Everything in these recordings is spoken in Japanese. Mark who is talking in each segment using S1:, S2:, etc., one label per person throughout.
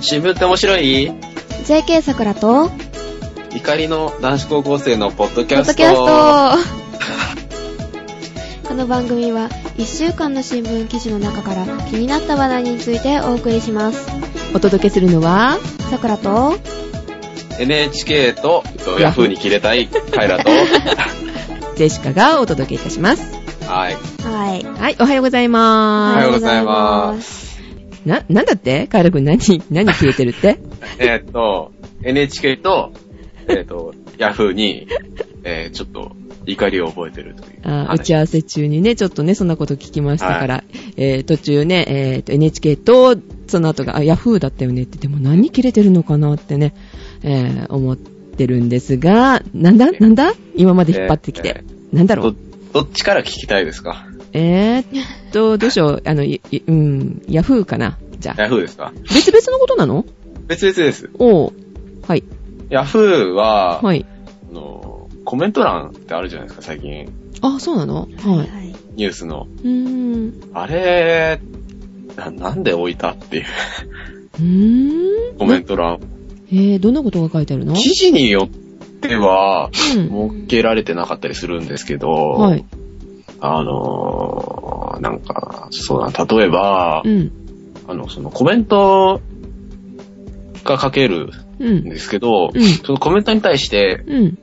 S1: 新聞って面白い
S2: JK 桜と、
S1: 怒りの男子高校生のポッドキ
S2: ポ
S1: ャ
S2: ッド
S1: スト。
S2: キャスト この番組は、1週間の新聞記事の中から気になった話題についてお送りします。
S3: お届けするのは、
S2: 桜と、
S1: NHK と、ヤフーに切れたいカイ ラと、
S3: ジェシカがお届けいたします。
S1: はい。
S2: はい。
S3: はい、おはようございま
S1: おはようございます
S2: す。
S3: す。な、なんだってカイラくん何、 何消えてるって
S1: えーっと、NHK と、えーっと、ヤフーに、えー、ちょっと、怒りを覚えてるという。
S3: あー
S1: はい
S3: 打ち合わせ中にね、ちょっとね、そんなこと聞きましたから、えー、途中ね、えー、と NHK と、その後が、あ、ヤフーだったよねって、でも何切れてるのかなってね、えー、思ってるんですが、なんだなんだ今まで引っ張ってきて。なんだろ
S1: ど
S3: う、
S1: どっちから聞きたいですか
S3: えー、っと、どうしよう、あの、いいうん、ヤフーかなじゃあ。
S1: ヤフーですか
S3: 別々のことなの
S1: 別々です。
S3: おう。はい。
S1: ヤフーは、
S3: はい。
S1: あの、コメント欄ってあるじゃないですか、最近。
S3: あ、そうなのはい。
S2: はい。
S1: ニュースの。
S3: うーん。
S1: あれ、ななんで置いたっていう
S3: うーん。
S1: コメント欄。
S3: えー、どんなことが書いてあるの
S1: 記事によっては、
S3: うん。
S1: 設けられてなかったりするんですけど、
S3: はい。
S1: あのー、なんか、そうだな、例えば
S3: う、ん。
S1: あの、そのコメントが書ける
S3: うんん。
S1: ですけど、
S3: うん
S1: そのコメントに対して、
S3: うん。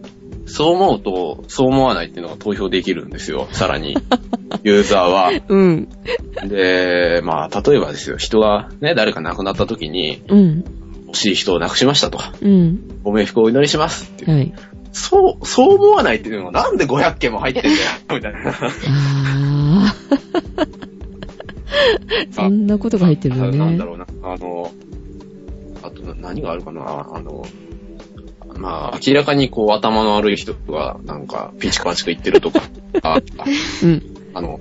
S1: そう思うと、そう思わないっていうのが投票できるんですよ、さ らに。ユーザーは。
S3: うん。
S1: で、まあ、例えばですよ、人がね、誰か亡くなった時に、
S3: うん。
S1: 欲しい人を亡くしましたと。
S3: うん。
S1: ご冥福をお祈りしますっていう。
S3: はい。
S1: そう、そう思わないっていうのはなんで500件も入ってんだよ、みたいな。
S3: あー。 そんなことが入ってるよ
S1: あなんだ
S3: ね。
S1: ろうな。あの、あとな何があるかな。あの、まあ、明らかにこう頭の悪い人が、なんか、ピチカチカ言ってるとか、 あ
S3: うん。
S1: あの、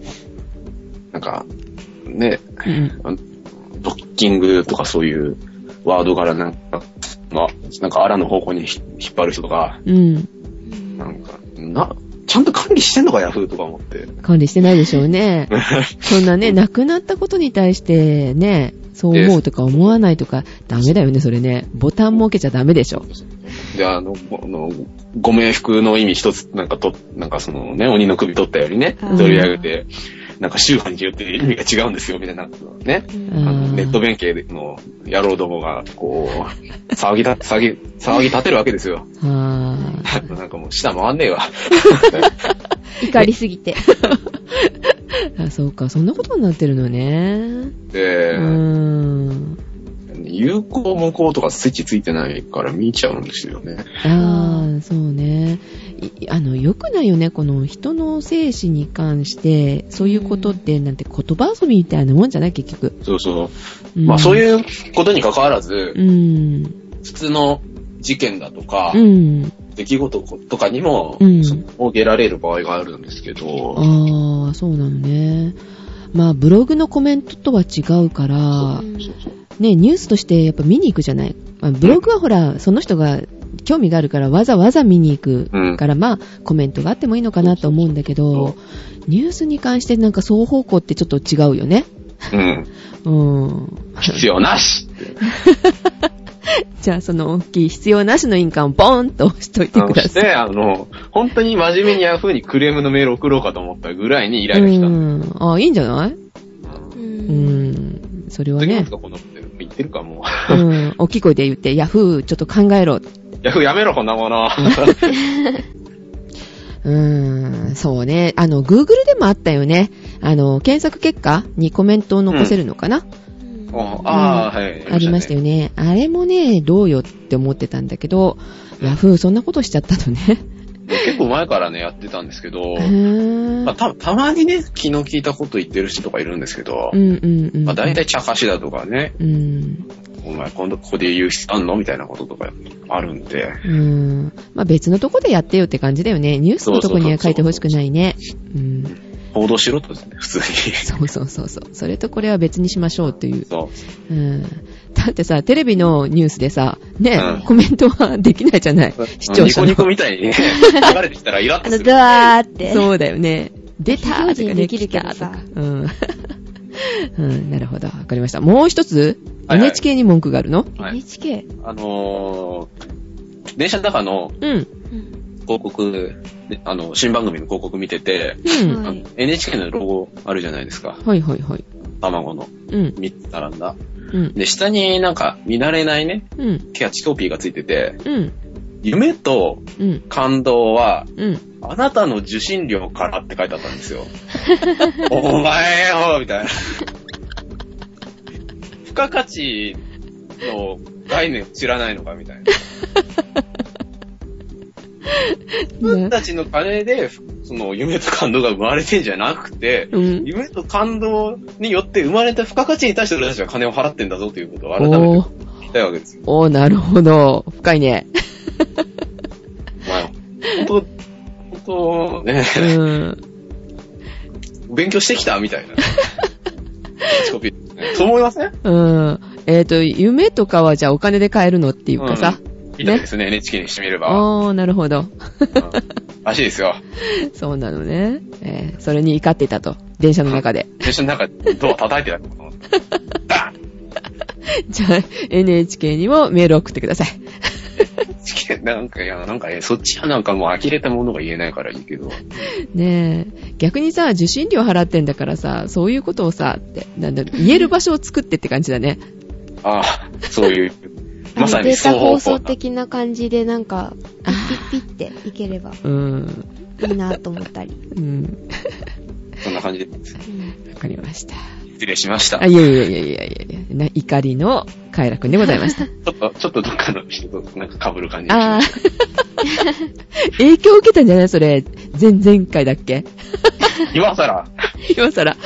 S1: なんか、ね、
S3: うん。
S1: ドッキングとかそういうワードからなんか、まあ、なんか、あらの方向にひ引っ張る人とか、
S3: うん。
S1: なんか、な、ちゃんと管理してんのか、ヤフーとか思って。
S3: 管理してないでしょうね。そんなね、亡くなったことに対してね、そう思うとか思わないとか、ダメだよね、それね。ボタン設けちゃダメでしょ。
S1: で、あの、ごあのご冥福の意味一つ、なんかと、なんかそのね、鬼の首取ったよりね、
S2: あー
S1: 取り上げて、なんか宗派によって意味が違うんですよ、みたいなことをね。
S2: う
S3: あ
S1: あ
S2: ん
S1: のネット弁慶の野郎どもが、こう、騒ぎた、騒ぎ、騒ぎ立てるわけです よ。
S3: あー。
S1: なんかもう舌回んねえわ。
S2: 怒りすぎて。。
S3: あ、そうか、そんなことになってるのね。う
S1: で、
S3: ーん。
S1: 有効無効とかスイッチついてないから見ちゃうんですよね。
S3: ああ、そうね。いあの、良くないよね。この人の生死に関して、そういうことって、なんて言葉遊びみたいなもんじゃない結局。
S1: そうそう。まあそう
S3: う
S1: いうことに関わらず、
S3: ん。うん。
S1: 普通の事件だとか、
S3: うん。
S1: 出来事とかにも、
S3: うん
S1: その設けられる場合があるんですけど、
S3: ああ、そうなのね。まあ、ブログのコメントとは違うから、
S1: そうそう
S3: ね、ニュースとしてやっぱ見に行くじゃない。まあ、ブログはほら、その人が興味があるからわざわざ見に行くから、まあ、コメントがあってもいいのかなと思うんだけど、ニュースに関してなんか双方向ってちょっと違うよね。
S1: うん。
S3: うん。
S1: 必要なし
S3: じゃあ、その大きい必要なしの印鑑をボーンと押しといて くだ
S1: し
S3: さい。
S1: て、あの、本当に真面目にヤフーにクレームのメール送ろうかと思ったぐらいに依頼が来た
S3: う
S1: の。
S3: ん。あ、いいんじゃないうんん。それは
S1: 次の
S3: ね
S1: と。かこの言ってるかも
S3: うん。大きい声で言って、ヤフーちょっと考えろ。
S1: う。ヤフーやめろ、こんな もの。
S3: うーん、そうね。あの、Google でもあったよね。あの、検索結果にコメントを残せるのかな、
S1: ああ、はい。
S3: ありましたよね。あれもね、どうよって思ってたんだけど、ヤフーそんなことしちゃったのね。
S1: ね。結構前からね、やってたんですけど
S3: う、ーん
S1: まあ、た、たまにね、気の利いたこと言ってる人とかいるんですけど
S3: う、んうんうん。
S1: まあ、大体茶化しだとかね、
S3: うん。
S1: お前今度ここで言う必要あんのみたいなこととかあるんで、
S3: うん。まあ別のとこでやってよって感じだよね。ニュースのとこには書いてほしくないね。うん。
S1: 報道しろとですね、普通に。
S3: そうそうそうそう。それとこれは別にしましょうという。
S1: そう。
S3: うん。だってさ、テレビのニュースでさ、ね、
S1: うん
S3: コメントはできないじゃない視聴者の。
S1: ニコニコみた いにね、流れてきたらイラッ
S2: あ
S1: と
S2: の、
S1: す
S2: ド
S1: る。
S2: ワーって。
S3: そうだよね。出
S2: 表
S3: たーと
S2: 示
S3: か
S2: で
S3: ね、
S2: きる
S3: 来
S2: け
S3: た
S2: ど
S3: ーと
S2: さ
S3: か。うん。うん、なるほど。わかりました。もう一つ
S1: はいはい
S3: NHK に文句があるの
S1: はい。
S2: NHK?
S1: あのー、電車の中の
S3: うん。
S2: うん。
S1: 広告、であの、新番組の広告見てて、
S3: うん。
S2: は
S1: あ
S2: い
S1: の NHK のロゴあるじゃないですか。
S3: はいはいはい。
S1: 卵の
S3: うん。
S1: 3つ並んだ。
S3: うん。
S1: で、下になんか見慣れないね、
S3: うん。
S1: キャッチコピーがついてて、
S3: うん。
S1: 夢と
S3: うん。
S1: 感動は、
S3: うん。
S1: あなたの受信料からって書いてあったんですよ。お前よみたいな。付加価値の概念を知らないのかみたいな。自分たちの金で、その夢と感動が生まれてんじゃなくて、
S3: うん。
S1: 夢と感動によって生まれた付加価値に対して俺たちは金を払ってんだぞということを改め
S3: お
S1: て
S3: ー
S1: 言いたいわけですよ。
S3: おー、なるほど。深いね。
S1: お前、本当本当ね、
S3: うん。
S1: 勉強してきたみ たいな。そう思いません
S3: うん。えっ、と、夢とかはじゃあお金で買えるのっていうかさ。
S1: いいですね、NHK にしてみれば。
S3: あー、なるほど。
S1: うんらしいですよ。
S3: そうなのね。えーそれに怒ってたと。電車の中 で。
S1: 電車の中でドア叩いてたのかと 思った。ダーン
S3: じゃあ、NHK にもメール送ってください。
S1: NHK なんか、いや、なんかね、そっちはなんかもう呆れたものが言えないからいいけど。
S3: ねえ。逆にさ、受信料払ってんだからさ、そういうことをさ、って、なんだ、言える場所を作ってって感じだね。
S1: ああ、そう いう。
S2: あの
S1: まさに
S2: デー
S1: 双
S2: タ
S1: 方
S2: 放
S1: 向
S2: 送
S1: な。
S2: 的な感じでなんか、ピッピッピッっていければ
S3: うん。
S2: いいなと思ったり。
S3: うん。
S1: そんな感じで。
S2: うん
S3: わかりました。
S1: 失礼しました。
S3: あ、いやいやいやいやいやいやな怒りの快楽でございました。
S1: ちょっと、ちょっとどっかの人となんか被る感じがし
S3: ああ
S1: まし。
S3: 影響受けたんじゃないそれ。前々回だっけ
S1: た。今更。
S3: 今更。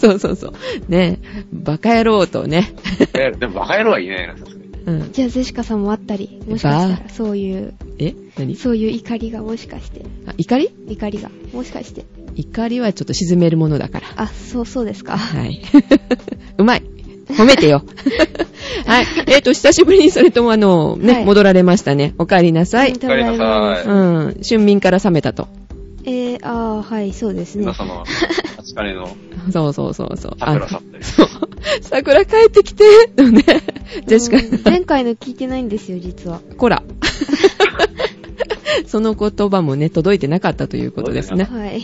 S3: そうそうそうそう。ねえ。バカ野郎とね。
S1: えでもバカ野郎は言えないな、さすがに。
S3: うん。
S2: じゃあ、ゼシカさんもあったり、もしかしたら、そういう、
S3: え何
S2: そういう怒りがもしかして、
S3: あ怒り
S2: 怒りが、もしかして。
S3: 怒りはちょっと沈めるものだから。
S2: あ、そう、そうですか。
S3: はい。 うまい。褒めてよ。 はい。えっ、と、久しぶりにそれともあの、ね、
S2: はい
S3: 戻られましたね。お帰りなさい。
S2: ただい
S1: お帰
S2: ま
S1: りなさい
S3: うん。春眠から覚めたと。
S2: えー、あー、はい、そうですね
S1: 皆。様、お疲れの
S3: そうそうそうそう。
S1: 桜さんです。
S3: そう。桜帰ってきてのね。ジェシカ、
S2: うん前回の聞いてないんですよ、実は。
S3: こら。 その言葉もね、届いてなかったということですね。
S2: はい。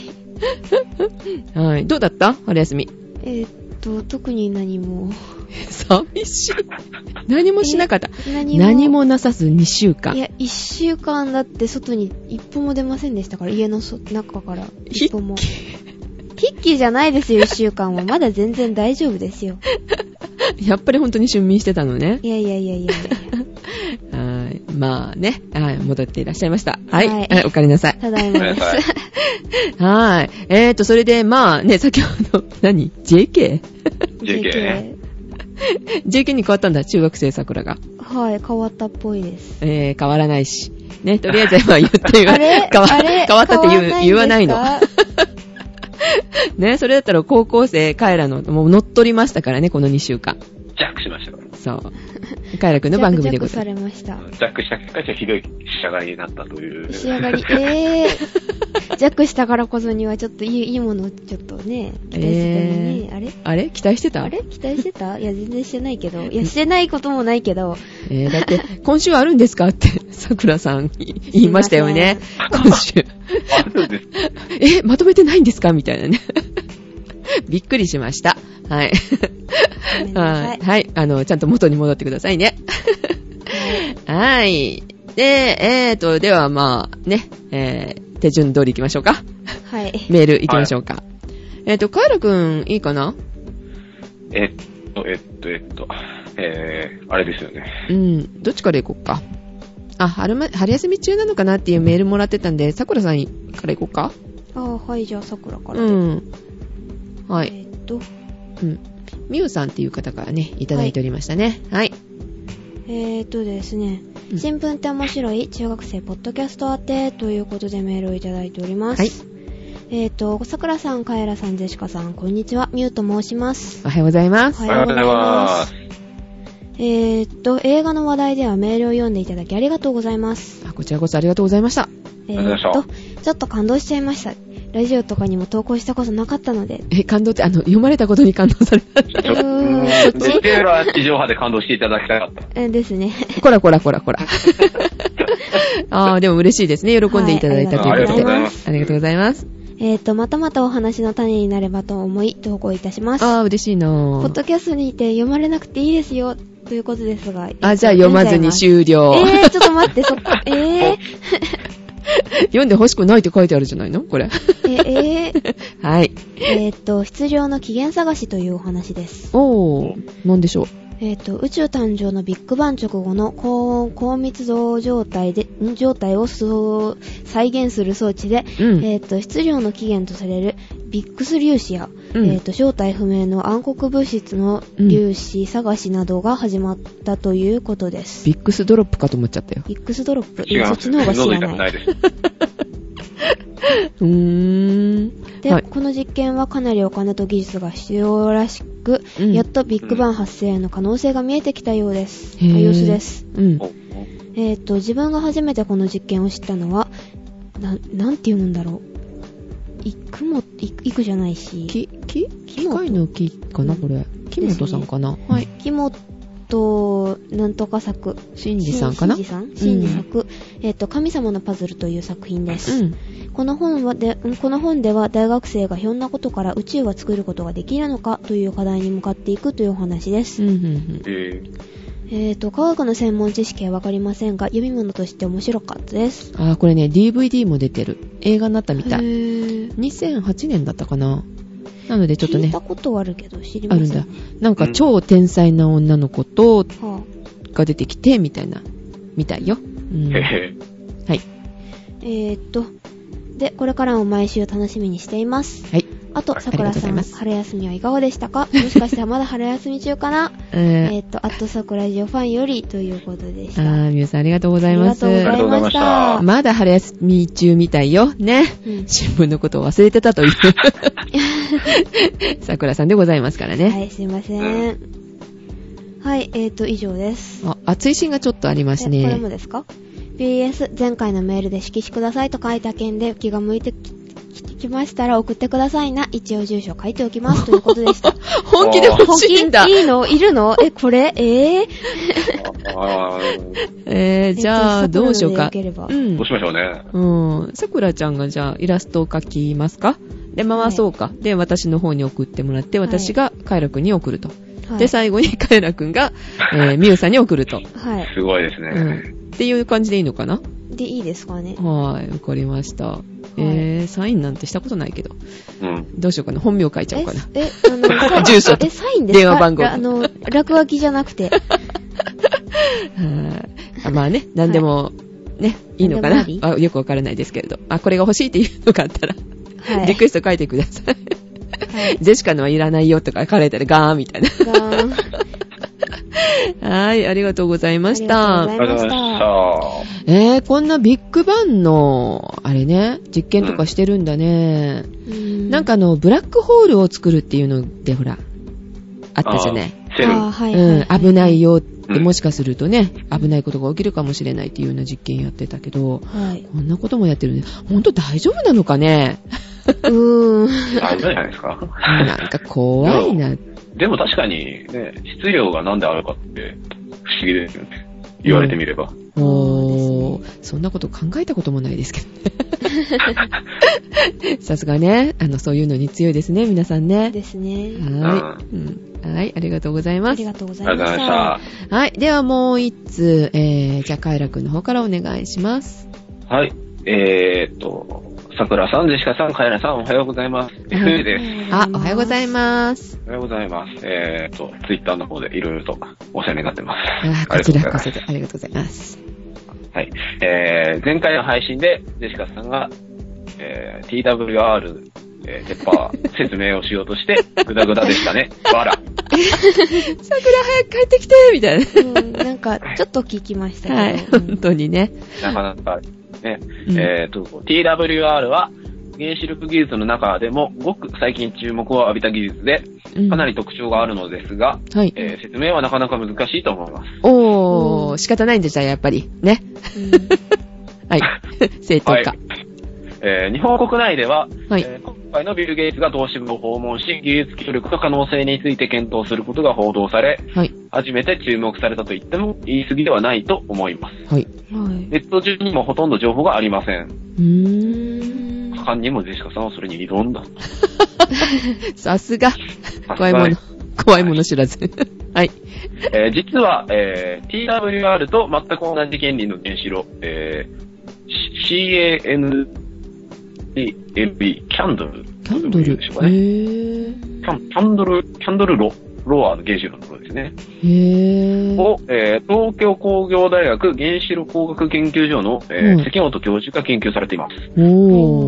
S3: はい。どうだった春休み。
S2: えーっと、特に何も。
S3: 寂しい。何もしなかった。
S2: 何
S3: 何もなさず2週
S2: い
S3: 間。
S2: や、一週間だって外に一歩も出ませんでしたから、家のそ中から一歩も。ピッキーじゃないですよ、一週間は。まだ全然大丈夫ですよ。
S3: やっぱり本当に春眠してたのね。
S2: いやいやいやいやいや
S3: はい。まあね、はい、戻っていらっしゃいました。はい。
S2: はい
S3: はいおかえりなさい。
S2: ただいまで す。
S1: はい
S3: はい。えーと、それで、まあね、 先ほど、何 ?JK?JK
S1: JK ね
S3: JK に変わったんだ、中学生桜が。
S2: はい、変わったっぽい です。
S3: えー、変わらないし。ね、とりあえず今言ってみま
S2: あれ
S3: 変わ
S2: あれ
S3: 変わったって言う言わないの
S2: 変。 わんですか
S3: ね、それだったら高校生、カエラの、もう乗っ取りましたからね、この2週間。
S1: ジャックしましたから。
S3: そう。カエラくんの番組でござい
S2: ジャックジャックされました。
S1: ジャックした結果、じゃあひどい仕上がりになったという。
S2: 仕上が り、え ー。ジャックしたからこそにはちょっといいいいものをちょっとね、期待してたのに、
S3: え
S2: あれ
S3: ます。あれ期待してた
S2: あれ期待してたいや、全然してないけど。いや、してないこともないけど。
S3: えー、だって、今週あるんですかって、 桜さんに言いましたよね。今週。
S1: あるんです。
S3: え、まとめてないんですかみたいなね。 びっくりしました。はい。
S2: ごめんなさ
S3: はいい。。はい。あの、ちゃんと元に戻ってくださいね。 はい。で、えーと、ではまあ、ね、えー、手順通り行きましょうか。
S2: はい。
S3: メール行きましょうか。えーと、カエラくん、いいかな
S1: えっと、えっと、えっと、えー、あれですよね。
S3: うん。どっちから行こうか。あ、春ま、春休み中なのかなっていうメールもらってたんで、さくらさんから行こうか。
S2: ああ、はい、じゃあ、さくらから
S3: う
S2: で。
S3: ん。はい。
S2: えーっと、
S3: うん。みゆさんっていう方からね、いただいておりましたね。はい。
S2: えーっとですね
S3: う。ん
S2: 新聞って面白い中学生ポッドキャスト宛てということでメールをいただいております。
S3: はい。
S2: えーっと、さくらさん、かえらさん、ジェシカさん、こんにちは。ミューと申します。
S3: おはようございます。
S2: お
S1: お
S2: は
S1: は
S2: よ
S1: よ
S2: う
S1: う
S2: ご
S1: ござ
S2: ざい
S1: い
S2: ま
S1: ますす。
S2: えーっと、映画の話題ではメールを読んでいただきありがとうございます。
S3: あこちらこそありがとうございました。
S1: り
S2: え
S1: がとうございま
S2: ーっと、ちょっと感動しちゃいました。ラジオとかにも投稿したことなかったので、
S3: え、感動って、あの、読まれたことに感動された。
S1: ちょっと、
S2: うん
S1: できれば地上波で感動していただきたかった。
S2: えですね。
S3: こらこらこら こら。ああ、でも嬉しいですね。喜んでいただいたと
S1: あ
S3: い
S1: り
S3: う
S1: が
S3: こ
S1: う
S3: ととで。
S1: ございます。
S3: ありがとうございます。
S2: えっと、またまたお話の種になればと思い、投稿いたします。
S3: ああ、嬉しいな
S2: ポッ
S3: ぁ。
S2: ドキャストにて読まれなくていいですよ、ということですが。
S3: あ、じゃあ読まずに
S2: 了。
S3: 終了。
S2: えー、ちょっと待 って、そこ、えー、
S3: 読んで欲しくないって書いてあるじゃない のこれ。
S2: えー、えー、
S3: はい。
S2: えーっと、質量の起源探しというお話です。
S3: おー、なんでしょう。
S2: えーっと、宇宙誕生のビッグバン直後の高温、高密度状態で、ん状態をそう再現する装置で、
S3: うん
S2: えーっと、質量の起源とされるビックス粒子や、
S3: うん
S2: えーっと、正体不明の暗黒物質の粒子探しなどが始まったということです。
S3: ビックスドロップかと思っちゃったよ。
S2: ビックスドロップ、
S1: 違い
S2: そ
S1: ま
S2: っ
S1: す。
S2: ちの方が知
S1: 喉
S2: ら
S1: 痛
S2: な
S1: く
S2: い
S1: な。いです。
S3: うーん。
S2: で、
S3: はい。
S2: この実験はかなりお金と技術が必要らしく、
S3: うん
S2: やっとビッグバン発生への可能性が見えてきたようです。
S3: へー
S2: 様子です。
S3: うん。
S2: えっ、と、自分が初めてこの実験を知ったのは、な、なんて読むんだろう。いくも、いいくじゃないし、
S3: き、き、機械の木かなこれ。木本さんかなはい。
S2: きもと、なんとか作。
S3: シンジさんかな
S2: シンジ
S3: う
S2: さんシンジ作。えっ、と、神様のパズルという作品です。
S3: ん。
S2: この本はで、んこの本では大学生がひょんなことから宇宙が作ることができるのかという課題に向かっていくというお話で
S3: う
S2: す。
S3: ん、うん、うん。
S1: え
S2: えーと、科学の専門知識はわかりませんが、読み物として面白かったです。
S3: あー、これね、DVD も出てる。映画になったみたい。
S2: ー
S3: 2008年だったかななのでちょっと
S2: 聞い
S3: ね
S2: た、ことはあるけど、知り
S3: あ
S2: ません。
S3: るんだ。なんか超天才な女の子と、
S2: はあ
S3: が出てきて、みたいな、みたいよ。うん。
S1: ー、
S3: はい。
S1: え
S2: えーと、で、これからも毎週楽しみにしています。
S3: はい。
S2: あと、さくらさ
S3: ありがとうござい
S2: ん、
S3: ます
S2: 春休みはいかがでしたかも しかしたらまだ春休み中かな
S3: え
S2: え
S3: ー
S2: ーと、アットさくらジオファンよりということでした。
S3: あー、みゆさんありがとうございます。
S2: あり
S1: がとうございました
S2: あ
S3: まだ春休み中みたいよ。ね。
S2: うん
S3: 新聞のことを忘れて たという桜さんでございますからね。
S2: はい、すいませ。
S1: うん
S2: はい、えーと、以上です。
S3: あ、熱いシーンがちょっとありま
S2: え
S3: す
S2: これも
S3: ね。
S2: ですか ?BS、前回のメールで色紙くださいと書いた件で気が向いてきききましたら送ってくださいな。一応住所書いておき ますということでした。
S3: 本気で欲しいんだ。
S2: いいのいるのえ、これえぇ、
S1: ー、あー
S3: えー、じゃあ、
S2: えっと
S3: どうしようか。
S2: 桜のでよければ
S3: うん
S1: どう。しましょうね。
S3: うん。桜ちゃんがじゃあ、イラストを描きますかで、回そうか。で、私の方に送ってもらって、
S2: はい
S3: 私がカイラくんに送ると。
S2: はい、
S3: で、最後にカイラく んが、えー、ミュウさんに送ると。
S2: はい。
S1: すごいですね。
S3: うん。っていう感じでいいのかな
S2: で、いいですかね。
S3: はい、わかりました。えー、サインなんてしたことないけど。
S1: うん。
S3: どうしようかな。本名書いちゃおうかな。
S2: え、えあのさ
S3: 住所と
S2: え、サインですか
S3: 電話番号
S2: らあの、落書きじゃなく て。
S3: はいあまあね、何でも、ね、いいのかな
S2: 何でも
S3: あよくわからないですけれど。あ、これが欲しいっていうのがあったら、
S2: はい。
S3: リクエスト書いてください。
S2: はい。
S3: ゼシカのはいらないよとか書かれたらガーンみたいな。
S2: がーんあ
S3: はい、ありがとうございまし
S2: りがとう
S3: た
S2: ござ。
S1: あ
S2: い
S1: りがとうござ
S2: まし。
S1: いましたた。
S3: えー、こんなビッグバンの、あれね、実験とかしてるんだね。
S2: な
S3: なんかあの、ブラックホールを作るっていうので、ほら、あったじゃない。
S1: あーセル。
S2: あーはい
S3: うん、危ない。よって、
S1: うん
S3: もしかするとね、危ないことが起きるかもしれないっていうような実験やってたけど、
S2: はい。
S3: こんなこともやってるね。ほんと大丈夫なのかね
S2: うーん。
S1: 大丈夫じゃないです か。
S3: なんか怖いな。
S1: でも確かに、ね、質量がなんであるかって、不思議ですよね。言われてみれば。
S3: もう、そんなこと考えたこともないですけどね。 さすがね、あの、そういうのに強いですね、皆さんね。
S2: ですね。
S3: はい、うん。はい、ありがとうござい
S2: あ
S3: ま
S2: り
S3: す
S2: が。とうござ
S1: あ
S2: い
S1: りが
S2: ま
S1: とうござい
S2: し
S1: ましたた。。
S3: はい、ではもう一つ、えー、じゃあ、カイラくんの方からお願いします。
S1: はい。えーっと、桜さん、ジェシカさん、カエラさん、おはようございます。FA です。
S3: あ、おはようございます。
S1: おはようございます。えーっと、ツイッターの方でいろいろとお世話になってます。
S3: あ、
S1: あ
S3: こ
S1: りがと
S3: ち
S1: うござ
S3: ら
S1: い
S3: こ
S1: ま
S3: そ
S1: す。
S3: でありがとうございます。
S1: はい。えー、前回の配信で、ジェシカさんが、えー、TWR、えー、鉄板、説明をしようとして、グダグダでしたね。バラ。
S3: 桜早く帰ってきてみたいな。
S2: うんなんか、ちょっと聞きました
S3: はい、
S2: けど。
S3: 本当にね。
S1: なかなか、ね、
S3: うん
S1: えー、と、TWR は、原子力技術の中でも、ごく最近注目を浴びた技術で、
S3: うん
S1: かなり特徴があるのですが、
S3: はい。
S1: えー説明はなかなか難しいと思います。
S3: お
S2: う
S3: ー、
S2: ん
S3: 仕方ないんでした、やっぱり。ね。
S2: うん
S3: はい。正当化。
S1: はい。
S4: えー日本国内では、
S3: はい
S4: えー今回のビル・ゲイツが同支部を訪問し、技術協力と可能性について検討することが報道され、
S3: はい。
S4: 初めて注目されたと言っても言い過ぎではないと思います。
S3: はい。
S2: はい。
S4: ネット中にもほとんど情報がありません。
S3: うーん。
S4: 犯人もジェシカさんはそれに挑んだ。
S3: さすが。
S4: さす
S3: 怖
S4: が
S3: い
S4: ね
S3: もの。怖いもの知らず。はい。
S4: えー実は、えー TWR と全く同じ原理の原子炉、えー、C- CANDLB、キャンドル。
S3: キャンドル。
S4: でしょうかね
S3: へ
S4: キャンキャンドル、キャンドル炉、ロアの原子炉の炉ですね。
S3: え。へえ。
S4: を、えー東京工業大学原子炉工学研究所の、えー
S3: うん
S4: 関本教授が研究されています。
S3: お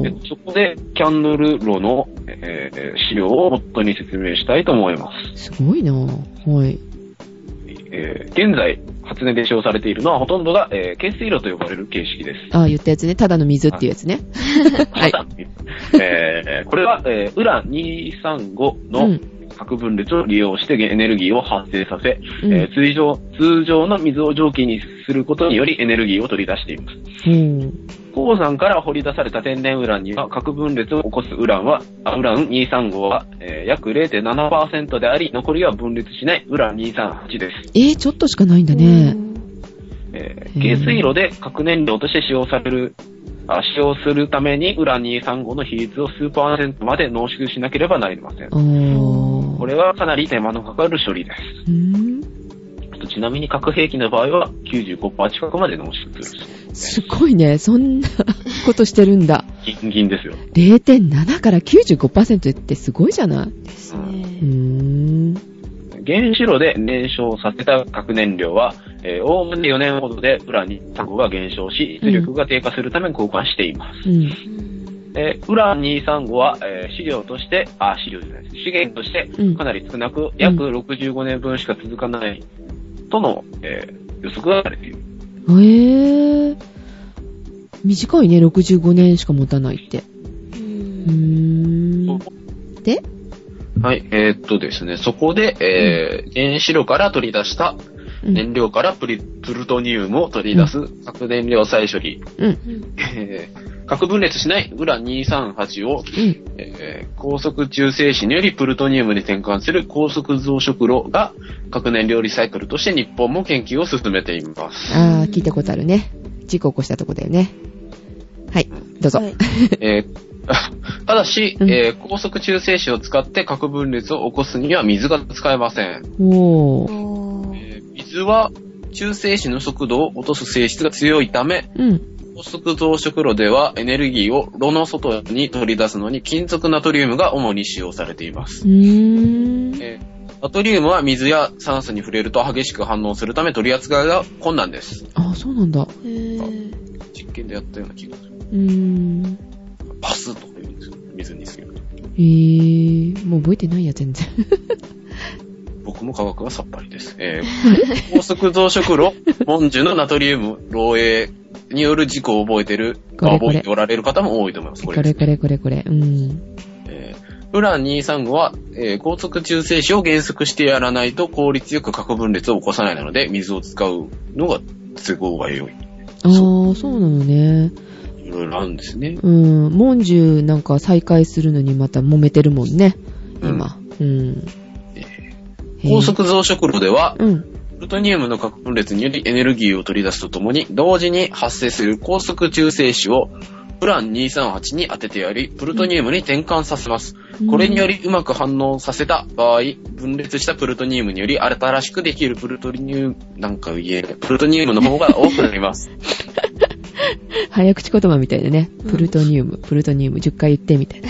S4: え
S3: ー。
S4: そこで、キャンドル炉の、えー資料を元に説明したいと思います。
S3: すごいなぁ。はい。
S4: えー現在、発電で使用されているのはほとんどが、えー、軽水炉と呼ばれる形式です。
S3: ああ、言ったやつね。ただの水っていうやつね。はい。
S4: えーこれは、えーウラン235
S3: う
S4: の
S3: ん。
S4: 核分裂を利用してエネルギーを発生させ、
S3: うん
S4: えー通常、通常の水を蒸気にすることによりエネルギーを取り出しています。
S3: うん。
S4: 鉱山から掘り出された天然ウランには核分裂を起こすウランは、あウラン235は、えー約0.7%であり、残りは分裂しないウラン238です。
S3: えー、ちょっとしかないんだね。
S4: え
S3: うん
S4: ー、下水炉で核燃料として使用される、あ使用するためにウラン235の比率を数パーセントまで濃縮しなければなりません。
S3: あー。
S4: これはかなり手間のかかる処理で
S3: うん。
S4: す。ちなみに核兵器の場合は95%近くまで濃縮する。
S3: すごいね。そんなことしてるんだ。
S4: ギンギンですよ。
S3: 0.7から95%ってすごいじゃない
S2: ですね
S3: うー。ん。
S4: 原子炉で燃焼させた核燃料は、えー、おおむね4年ほどでウラン235が減少し、出力が低下するために交換しています。
S3: うん。
S2: うん
S4: えーウラン235は、えー資料として、あ、資料じゃないです。資源として
S3: うん
S4: かなり少なく、約65年分しか続かないとの、えー予測がされている。
S3: へえー。短いね、65年しか持たないって。うーん。で
S1: はい、えーっとですね、そこで、えー原子炉から取り出した
S3: うん。
S1: 燃料からプリプルトニウムを取り出す核燃料再処理、
S3: う
S2: う
S3: ん。
S2: ん
S1: えー核分裂しないウラン238を、
S3: うん。
S1: えー高速中性子によりプルトニウムに転換する高速増殖炉が核燃料リサイクルとして日本も研究を進めてい ます。
S3: あー、聞いたことあるね。事故起こしたとこだよね。はい、どうぞ。
S2: はい
S1: えーただし、
S3: うん
S1: えー高速中性子を使って核分裂を起こすには水が使えません。
S3: おー。
S2: おー
S1: えー水は中性子の速度を落とす性質が強いため、
S3: うん。
S1: 高速増殖炉ではエネルギーを炉の外に取り出すのに金属ナトリウムが主に使用されています。
S3: うーん。
S1: えーナトリウムは水や酸素に触れると激しく反応するため取り扱いが困難です。
S3: あー、そうなんだ。う
S2: へー
S1: 実験でやったような気がする。
S3: ーん。
S1: パスとか言うんですよ。水にすると。
S3: えー、もう覚えてないや、全然。
S1: 僕も科学はさっぱりです。え ー高速増殖炉、モンジュのナトリウム漏洩による事故を覚えてる、
S3: これこれ
S1: 覚えておられる方も多いと思います。こ
S3: こ
S1: れ
S3: れ
S1: ですね。
S3: こ れこれこれ。うん。
S1: えーウラン235は、えー高速中性子を減速してやらないと効率よく核分裂を起こさないので、水を使うのが都合が良い。
S3: あー、そうなのね。
S1: いろいろあるんですね。
S3: うん。モンジュなんか再開するのにまた揉めてるもんね。今。うん。へー
S1: 高。速増殖炉では、
S3: うん。
S1: プルトニウムの核分裂によりエネルギーを取り出すとともに、同時に発生する高速中性子をウラン238に当ててやり、プルトニウムに転換させます。これによりうまく反応させた場合、分裂したプルトニウムにより新しくできるプルトニウム、なんか言えない、プルトニウムの方が多くなります。
S3: 早口言葉みたいでね。
S2: うん
S3: プルトニウム、プルトニウム10回言ってみたいな。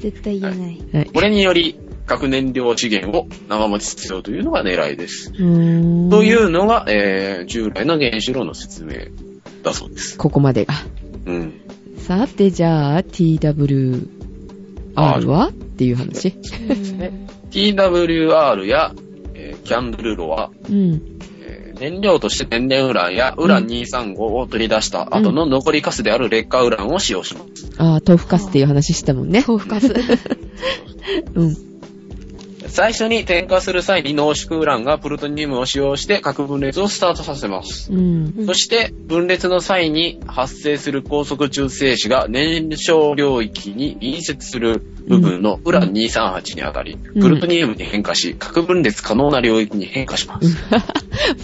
S2: 絶対言えない。
S3: はい。
S1: これにより、核燃料資源を長持ちさせようというのが狙いです。
S3: と
S1: というのが、えー、従来の原子炉の説明だそうです。
S3: ここまでが。
S1: うん。
S3: さて、じゃあ、TWR はっていう話。
S1: TWR や、えーキャンドル炉は、
S3: うん。
S1: えー燃料として天然ウランやウラン235を取り出した後の残りカスである劣化ウランを使用します。
S3: ああ、豆腐カスっていう話したもんね。
S2: 豆腐かす。
S3: うん。
S5: 最初に点火する際に濃縮ウランがプルトニウムを使用して核分裂をスタートさせます。
S3: うん。
S5: そして、分裂の際に発生する高速中性子が燃焼領域に隣接する部分のウラン238に当たり、
S3: ん
S5: プルトニウムに変化し、核分裂可能な領域に変化します。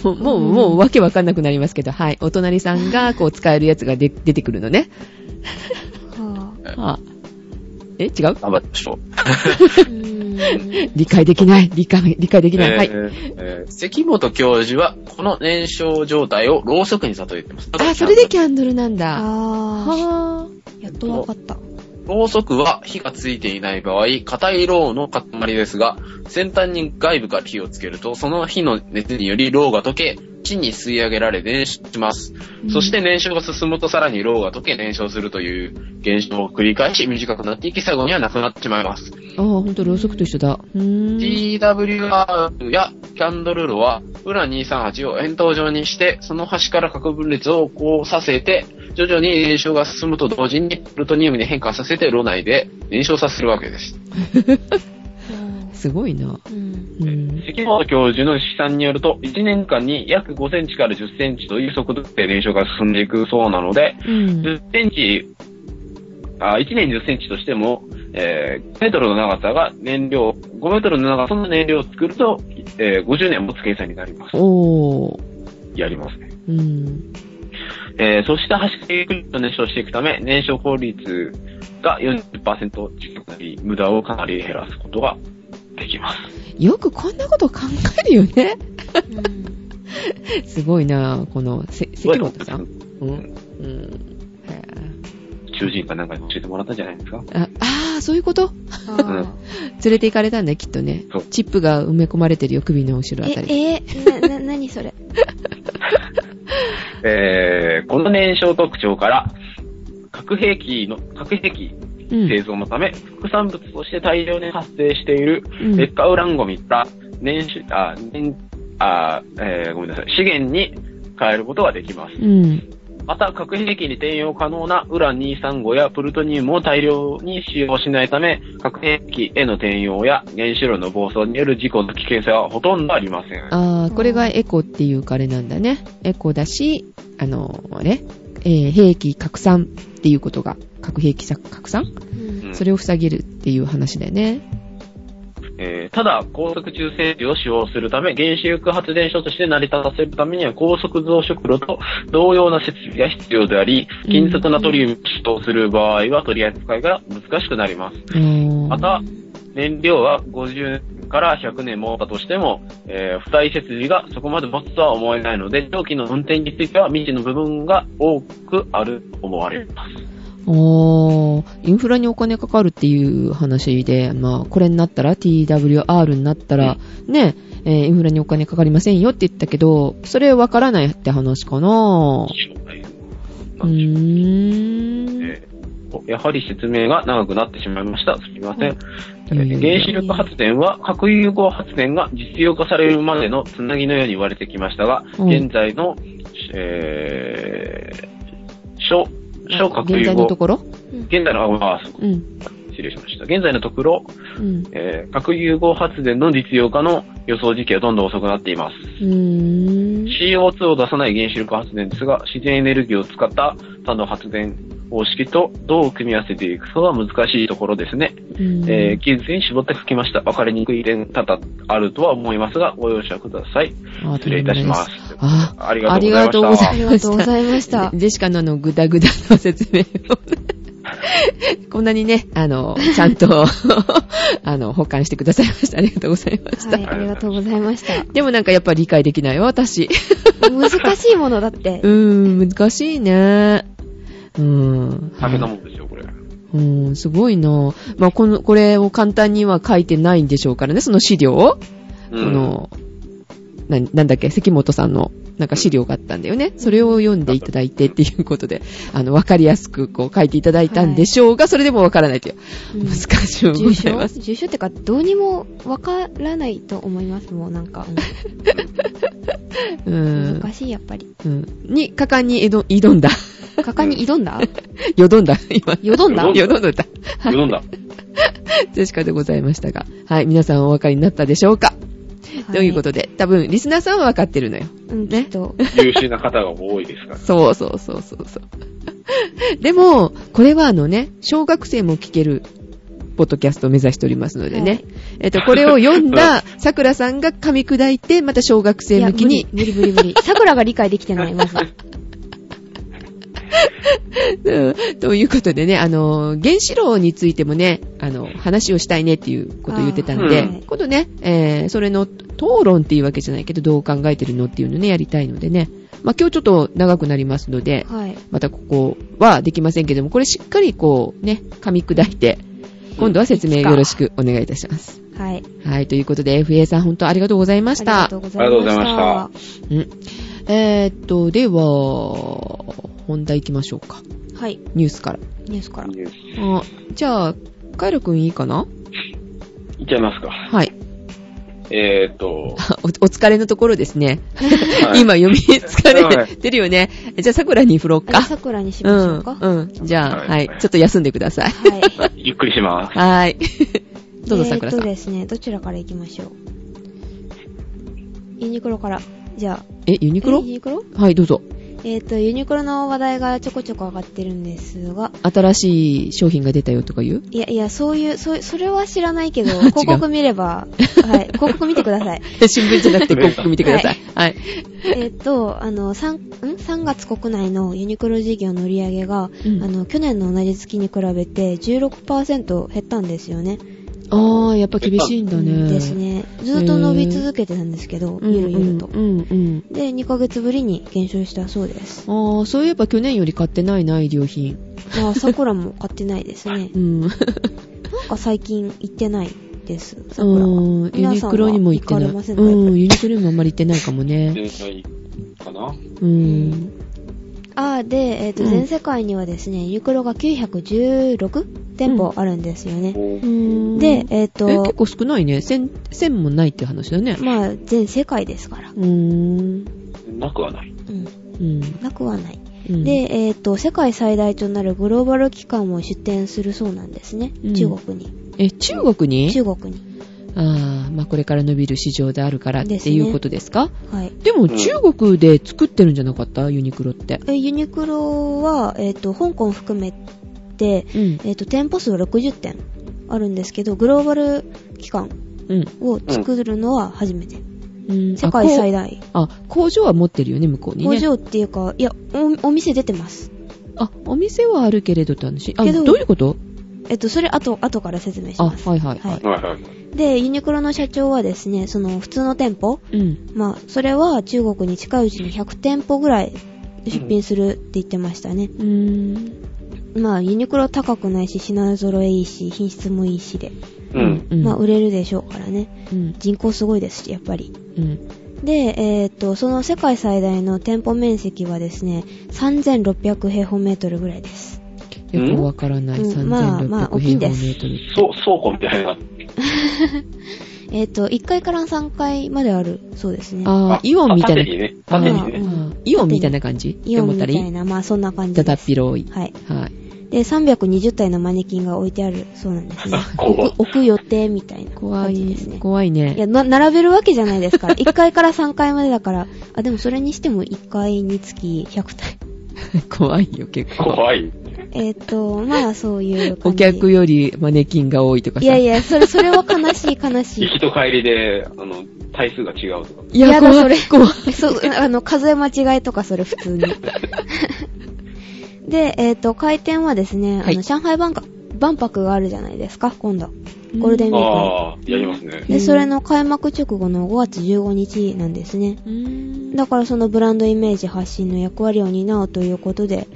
S3: もう、もう、もう、わけわかんなくなりますけど、はい。お隣さんが、こう、使えるやつがで出てくるのね。
S2: はぁ。
S3: あえ、違う
S5: 頑張りましょう。
S2: うーん。
S3: 理解できない。理解、理解できない。はい
S5: え。ーえー関本教授は、この燃焼状態をろうそくに例えてます。
S3: あ、それでキャンドルなんだ。
S2: あ
S3: は
S2: ー。やっとわかった。
S5: ろうそくは火がついていない場合、硬いろうの塊ですが、先端に外部から火をつけると、その火の熱によりろうが溶け、地に吸い上げられ燃焼します。そして燃焼が進むとさらにろうが溶け燃焼するという現象を繰り返し短くなっていき、最後にはなくなってしまいます。
S3: あ。ああ、ほんと、ろうそくと一緒だ。うーん。
S5: TWR やキャンドル炉は、ウラン238を円筒状にして、その端から核分裂をこうさせて、徐々に燃焼が進むと同時にプルトニウムに変化させて炉内で燃焼させるわけです。
S3: すごいな。
S2: うん。
S3: うん。
S1: 関本教授の試算によると、1年間に約5センチから10センチという速度で燃焼が進んでいくそうなので、
S3: うん。
S1: 10センチ、あ1年10センチとしても、えー5メートルの長さが燃料、5メートルの長さの燃料を作ると、えー50年持つ計算になります。
S3: おー。
S1: やりますね。
S3: うん。
S1: えーそうした端からゆっくりと燃焼していくため、燃焼効率が40%近くなり、無駄をかなり減らすことができます。
S3: よくこんなこと考えるよね。
S2: うん
S3: すごいな、この、せ、関
S1: こ
S3: 本さん。うん。うん。へ
S1: 囚人かなんかに教えてもらったんじゃないですか。
S3: ーあ、あー、そういうこと
S2: あ
S1: うん
S2: ー
S3: 連れて行かれたんだよ、きっとね
S1: そう。
S3: チップが埋め込まれてるよ、首の後ろあたり。
S2: え、え、な、な、 なにそれ。
S1: えーこの燃焼特徴から、核兵器の、核兵器
S3: うん
S1: 製造のため、副産物として大量に発生している
S3: うん
S1: 劣化ウランゴミから燃焼、あ、燃、あ、えーごめんなさい、資源に変えることができます。
S3: うん。
S1: また、核兵器に転用可能なウラン235やプルトニウムを大量に使用しないため、核兵器への転用や原子炉の暴走による事故の危険性はほとんどありません。
S3: ああ、これがエコっていうかあれなんだね。エコだし、あのね、えー兵器拡散っていうことが、核兵器拡散、
S2: うん。
S3: それを塞げるっていう話だよね。
S1: えーただ、高速中性子を使用するため、原子力発電所として成り立たせるためには、高速増殖炉と同様な設備が必要であり、金属ナトリウムを使用する場合は取り扱いが難しくなります。
S3: うん
S1: また、燃料は50から100年もったとしても、えー、付帯設備がそこまで持つとは思えないので、蒸気の運転については未知の部分が多くあると思われます。
S3: おーインフラにお金かかるっていう話で、まあ、これになったら、TWR になったら、ね、えーインフラにお金かかりませんよって言ったけど、それわからないって話か
S1: なん
S3: なう
S1: でしょう
S3: ーん。
S1: えーやはり説明が長くなってしまいました。すみません。え
S3: いえい
S1: ー
S3: え
S1: 原子力発電は核融合発電が実用化されるまでのつなぎのように言われてきましたが、
S3: うん
S1: 現在の、えー、小、小核
S3: 現
S1: 融
S3: 在の
S1: 合。
S3: ところ
S1: 現在の、あ、ごめんなさい
S3: うん。
S1: 失礼しました。現在のところ、
S3: うん。
S1: えー核融合発電の実用化の予想時期はどんどん遅くなっています。
S3: うーん。
S1: CO2 を出さない原子力発電ですが、自然エネルギーを使った他の発電方式とどう組み合わせていくかが難しいところですね。
S3: うん
S1: えー、技術に絞って書きました。分かりにくい点多々あるとは思いますが、ご容赦ください。
S3: あ
S1: 失礼いたします。
S3: あ
S1: あり
S3: あり
S1: が
S3: が
S1: と
S3: と
S1: うご
S3: う
S1: ざいま
S3: ご
S1: した
S3: ざ
S2: あ
S3: い
S2: り
S3: ま
S2: が
S3: し
S2: と
S3: た
S2: うございました
S3: ジ。ェジェシカのあの、ぐだぐだの説明を。 こんなにね、あの、ちゃんと、 あの、保管してくださいました。ありがとうございました。
S2: はい、ありがとうございました。
S3: でもなんかやっぱり理解できないわ、 私。
S2: 難しいものだって
S3: う。ーん、難しいね。うーん。
S1: 大変なもんですよ、これ。
S3: うーん、すごいなまあ、この、これを簡単には書いてないんでしょうからね、その資料を。
S1: う
S3: この、な、なんだっけ、関本さんの、なんか資料があったんだよね。それを読んでいただいてっていうことで、あの、わかりやすくこう書いていただいたんでしょうが、それでもわからないという、
S2: うん
S3: 難しいものでご
S2: 住
S3: ざい
S2: 所
S3: ます。
S2: 住所ってか、どうにもわからないと思います、もうなんか。
S3: うん。
S2: 難しい、やっぱり。
S3: うん。に、果敢に挑挑んだ。
S2: 果敢に挑んだ
S3: よどんだ、今。
S2: よどんだ
S3: よどんだ。
S1: 読んだ。
S3: ジェシカでございましたが。はい、皆さんお分かりになったでしょうか、ということで、多分、リスナーさんは分かってるのよ。
S2: とうん、きっと。
S4: 優秀な方が多いですから。
S3: そうそうそうそうそう。 でも、これはあのね、小学生も聞ける、ポッドキャストを目指しておりますのでね。
S2: はい
S3: えっと、これを読んだ、 さくらさんが噛み砕いて、また小学
S2: い
S3: 生
S2: や
S3: 向きに、
S2: 無理無理無理無 理。桜が理解できてない、まず。
S3: うん ということでね、あの、原子炉についてもね、あの、話をしたいねっていうことを言ってたんで、
S4: あー
S2: はい
S3: 今度ね、えー、それの討論っていうわけじゃないけど、どう考えてるのっていうのね、やりたいのでね。まあ、今日ちょっと長くなりますので、
S2: はい。
S3: またここはできませんけども、これしっかりこうね、噛み砕いて、今度は説明よろしくお願いいたします。
S2: はい。
S3: はい、ということで FA さん本当ありがとうございまし
S2: あり
S3: た
S2: がと。うご
S4: ありがとう
S2: ざ
S4: ござ
S2: い
S4: い
S2: ま
S4: ま
S2: し
S4: したた。
S3: うん、えーっと、では、本題行きましょうか。
S2: はい。
S3: ニュースから。
S2: ニュースから。
S4: ニュース
S3: あじゃあ、カイロくんいいかない
S4: っちゃいますか。
S3: はい。
S4: えーっと、
S3: おお疲れのところですね。
S4: はい
S3: 今読み 疲
S4: は
S3: れてるよね。じゃあ、桜に振ろう
S2: あじゃあ
S3: か。
S2: 桜にし
S3: う
S2: ましょ
S3: ん。
S2: うか。
S3: うん。じゃあ、は
S4: はい
S3: い。ちょっと休んでください。
S2: はい。
S4: ゆっくりします。
S3: は ーい。どうぞ、桜さ
S2: えーっとで
S3: ん。
S2: すね、どちらから行きましょう。ユニクロから。じゃあ、
S3: え、ユニクロ
S2: えユニクロ
S3: はい、どうぞ。
S2: えーっ、と、ユニクロの話題がちょこちょこ上がってるんですが、
S3: 新しい商品が出たよとか言う
S2: いやいや、そういう、そうそれは知らないけど、
S3: 違う
S2: 広告見れば、はい、広告見てください。
S3: 新聞じゃなくて広告見てください。 はい。
S2: えーっと、あの、3、ん ?3 月国内のユニクロ事業の売り上げが、
S3: うん
S2: あの、去年の同じ月に比べて16%減ったんですよね。
S3: ああ、やっぱ厳しいんだね。
S2: です。ね。ずっと伸び続けてたんですけど、
S3: うん
S2: ゆるゆると。
S3: うんうん。
S2: で、2ヶ月ぶりに減少したそうです。
S3: ああ、そういえば去年より買ってないな、衣料品。
S2: まあ、桜も買ってないです ね
S3: う。ん。
S2: なんか最近行ってないです、桜は。
S3: うんユニクロにも行ってない。
S2: 皆さんは行かれませんか
S3: うん、ユニクロにもあんまり行ってないかもね。
S4: 全体かな
S3: うん。
S2: あーで、えっ、と、
S3: うん
S2: 全世界にはですね、ユニクロが916店舗あるんですよね。
S4: お
S3: うん
S2: で、えっ、
S3: え、結
S2: と、
S3: 構少ないね。1000、1000もないって話だね。
S2: まあ、全世界ですから。
S3: うーん。
S4: なくはない。
S2: うん。
S3: うん。
S2: なくはない。
S3: うん
S2: で、、えっ、と、世界最大となるグローバル機関も出展するそうなんですね。
S3: うん
S2: 中国に。
S3: え、中国に
S2: 中国に。
S3: ああ、まあこれから伸びる市場であるからっていうことですか
S2: はい。
S3: でも
S4: うん
S3: 中国で作ってるんじゃなかったユニクロって。
S2: えユニクロは、えっ、と、香港含めて、
S3: うん。
S2: えっ、と、店舗数60店あるんですけど、グローバル機関
S3: うん。
S2: を作るのは初めて。
S3: うん
S2: 世界最
S3: 大。
S2: 大。
S3: あ、工場は持ってるよね、向こうに
S2: 工
S3: ね。
S2: 場っていうか、いや、おお店出てます。
S3: あ、お店はあるけれどって話。あ、
S2: けど
S3: どういうこと
S2: えっと、それ後、後から説明し
S3: あ、
S2: ま
S3: はい
S2: す。
S3: はいはい。
S2: はい
S4: はいはい。
S2: で、ユニクロの社長はですね、その普通の店舗、
S3: うん。
S2: まあ、それは中国に近いうちに100店舗ぐらい出品するって言ってましたね。
S3: うーん。
S2: まあ、ユニクロ高くないし、品揃えいいし、品質もいいしで、
S4: うん。
S3: うん。
S2: まあ、売れるでしょうからね。
S3: うん。
S2: 人口すごいですし、やっぱり。
S3: うん。
S2: で、えーっと、その世界最大の店舗面積はですね、3600平方メートルぐらいです。
S3: よくわからない
S2: うんまあまあ
S3: 3600
S2: 大きい
S3: 平
S2: んで
S3: 方メ
S2: す
S3: ートル。
S4: そう、倉庫みたいな。
S2: えーっと、1階から3階まであるそうですね。
S3: あーイオンみたいな
S4: 縦。にね。縦に
S2: う
S4: ね。
S2: ん
S3: あーイオンみたいな感じ
S2: イオンみた
S3: って思
S2: い
S3: っ
S2: な、まあそんな感
S3: た
S2: じ
S3: ら、だ
S2: で
S3: だっ
S2: す。
S3: 広い。
S2: はい。
S3: はい。
S2: で、320体のマネキンが置いてあるそうなんですね。
S4: 怖い
S2: 置く置く予定みたいな
S3: 怖
S2: 感じ
S3: い
S2: ですね。、
S3: 怖い
S2: いや、
S3: ね。
S2: な、並べるわけじゃないですから。1階から3階までだから。あ、でもそれにしても1階につき100体。
S3: 怖いよ、結構。
S4: 怖い。
S2: えっと、まあそういう感
S3: お
S2: じ。
S3: 客よりマネキンが多いとかさ。
S2: いやいや、それ、それは悲しい悲しい
S4: 行。きと帰りで、あの、体数が違うとか。
S3: い
S2: い
S3: や、
S2: やだ
S3: 怖い。
S2: それ
S3: 怖い。
S2: そう、あの、数え間違いとかそれ普通に。で、えっ、と、開店はですね、
S3: はい
S2: あの、上海万博万博があるじゃないですか、今度。 ゴールデンウィークに。
S4: ああ、やりますね。
S3: う
S2: で、
S3: ん
S2: それの開幕直後の5月15日なんですね。
S3: うん
S2: だからそのブランドイメージ発信の役割を担うということで、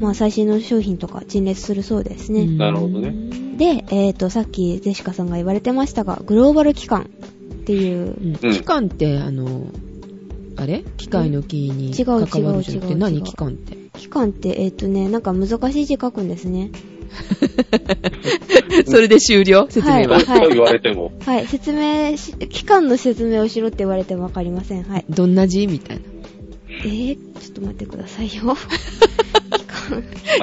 S2: まあ
S3: さ
S2: 最新の商品とか陳列するそうです
S3: に
S2: ね。
S4: なるほどね
S2: で、えっ、と、さっきゼシカさんが言われてましたが、グローバル機関っていう、
S4: うん
S3: 期間って、あの、あれ機械のキーに
S2: 違
S3: 関
S2: う
S3: わるじゃなく
S2: 違う違
S3: て、
S2: う違
S3: 何
S2: う
S3: 機関って。
S2: 機関って、えっ、とね、なんか難しい字書くんですね。
S3: それで終了説明
S2: はい
S3: は。
S4: そう言われても。
S2: はい、説明し、期間の説明をしろって言われてもわかりません。はい。
S3: どんな字みたいな。
S2: えー、ちょっと待ってくださいよ。期間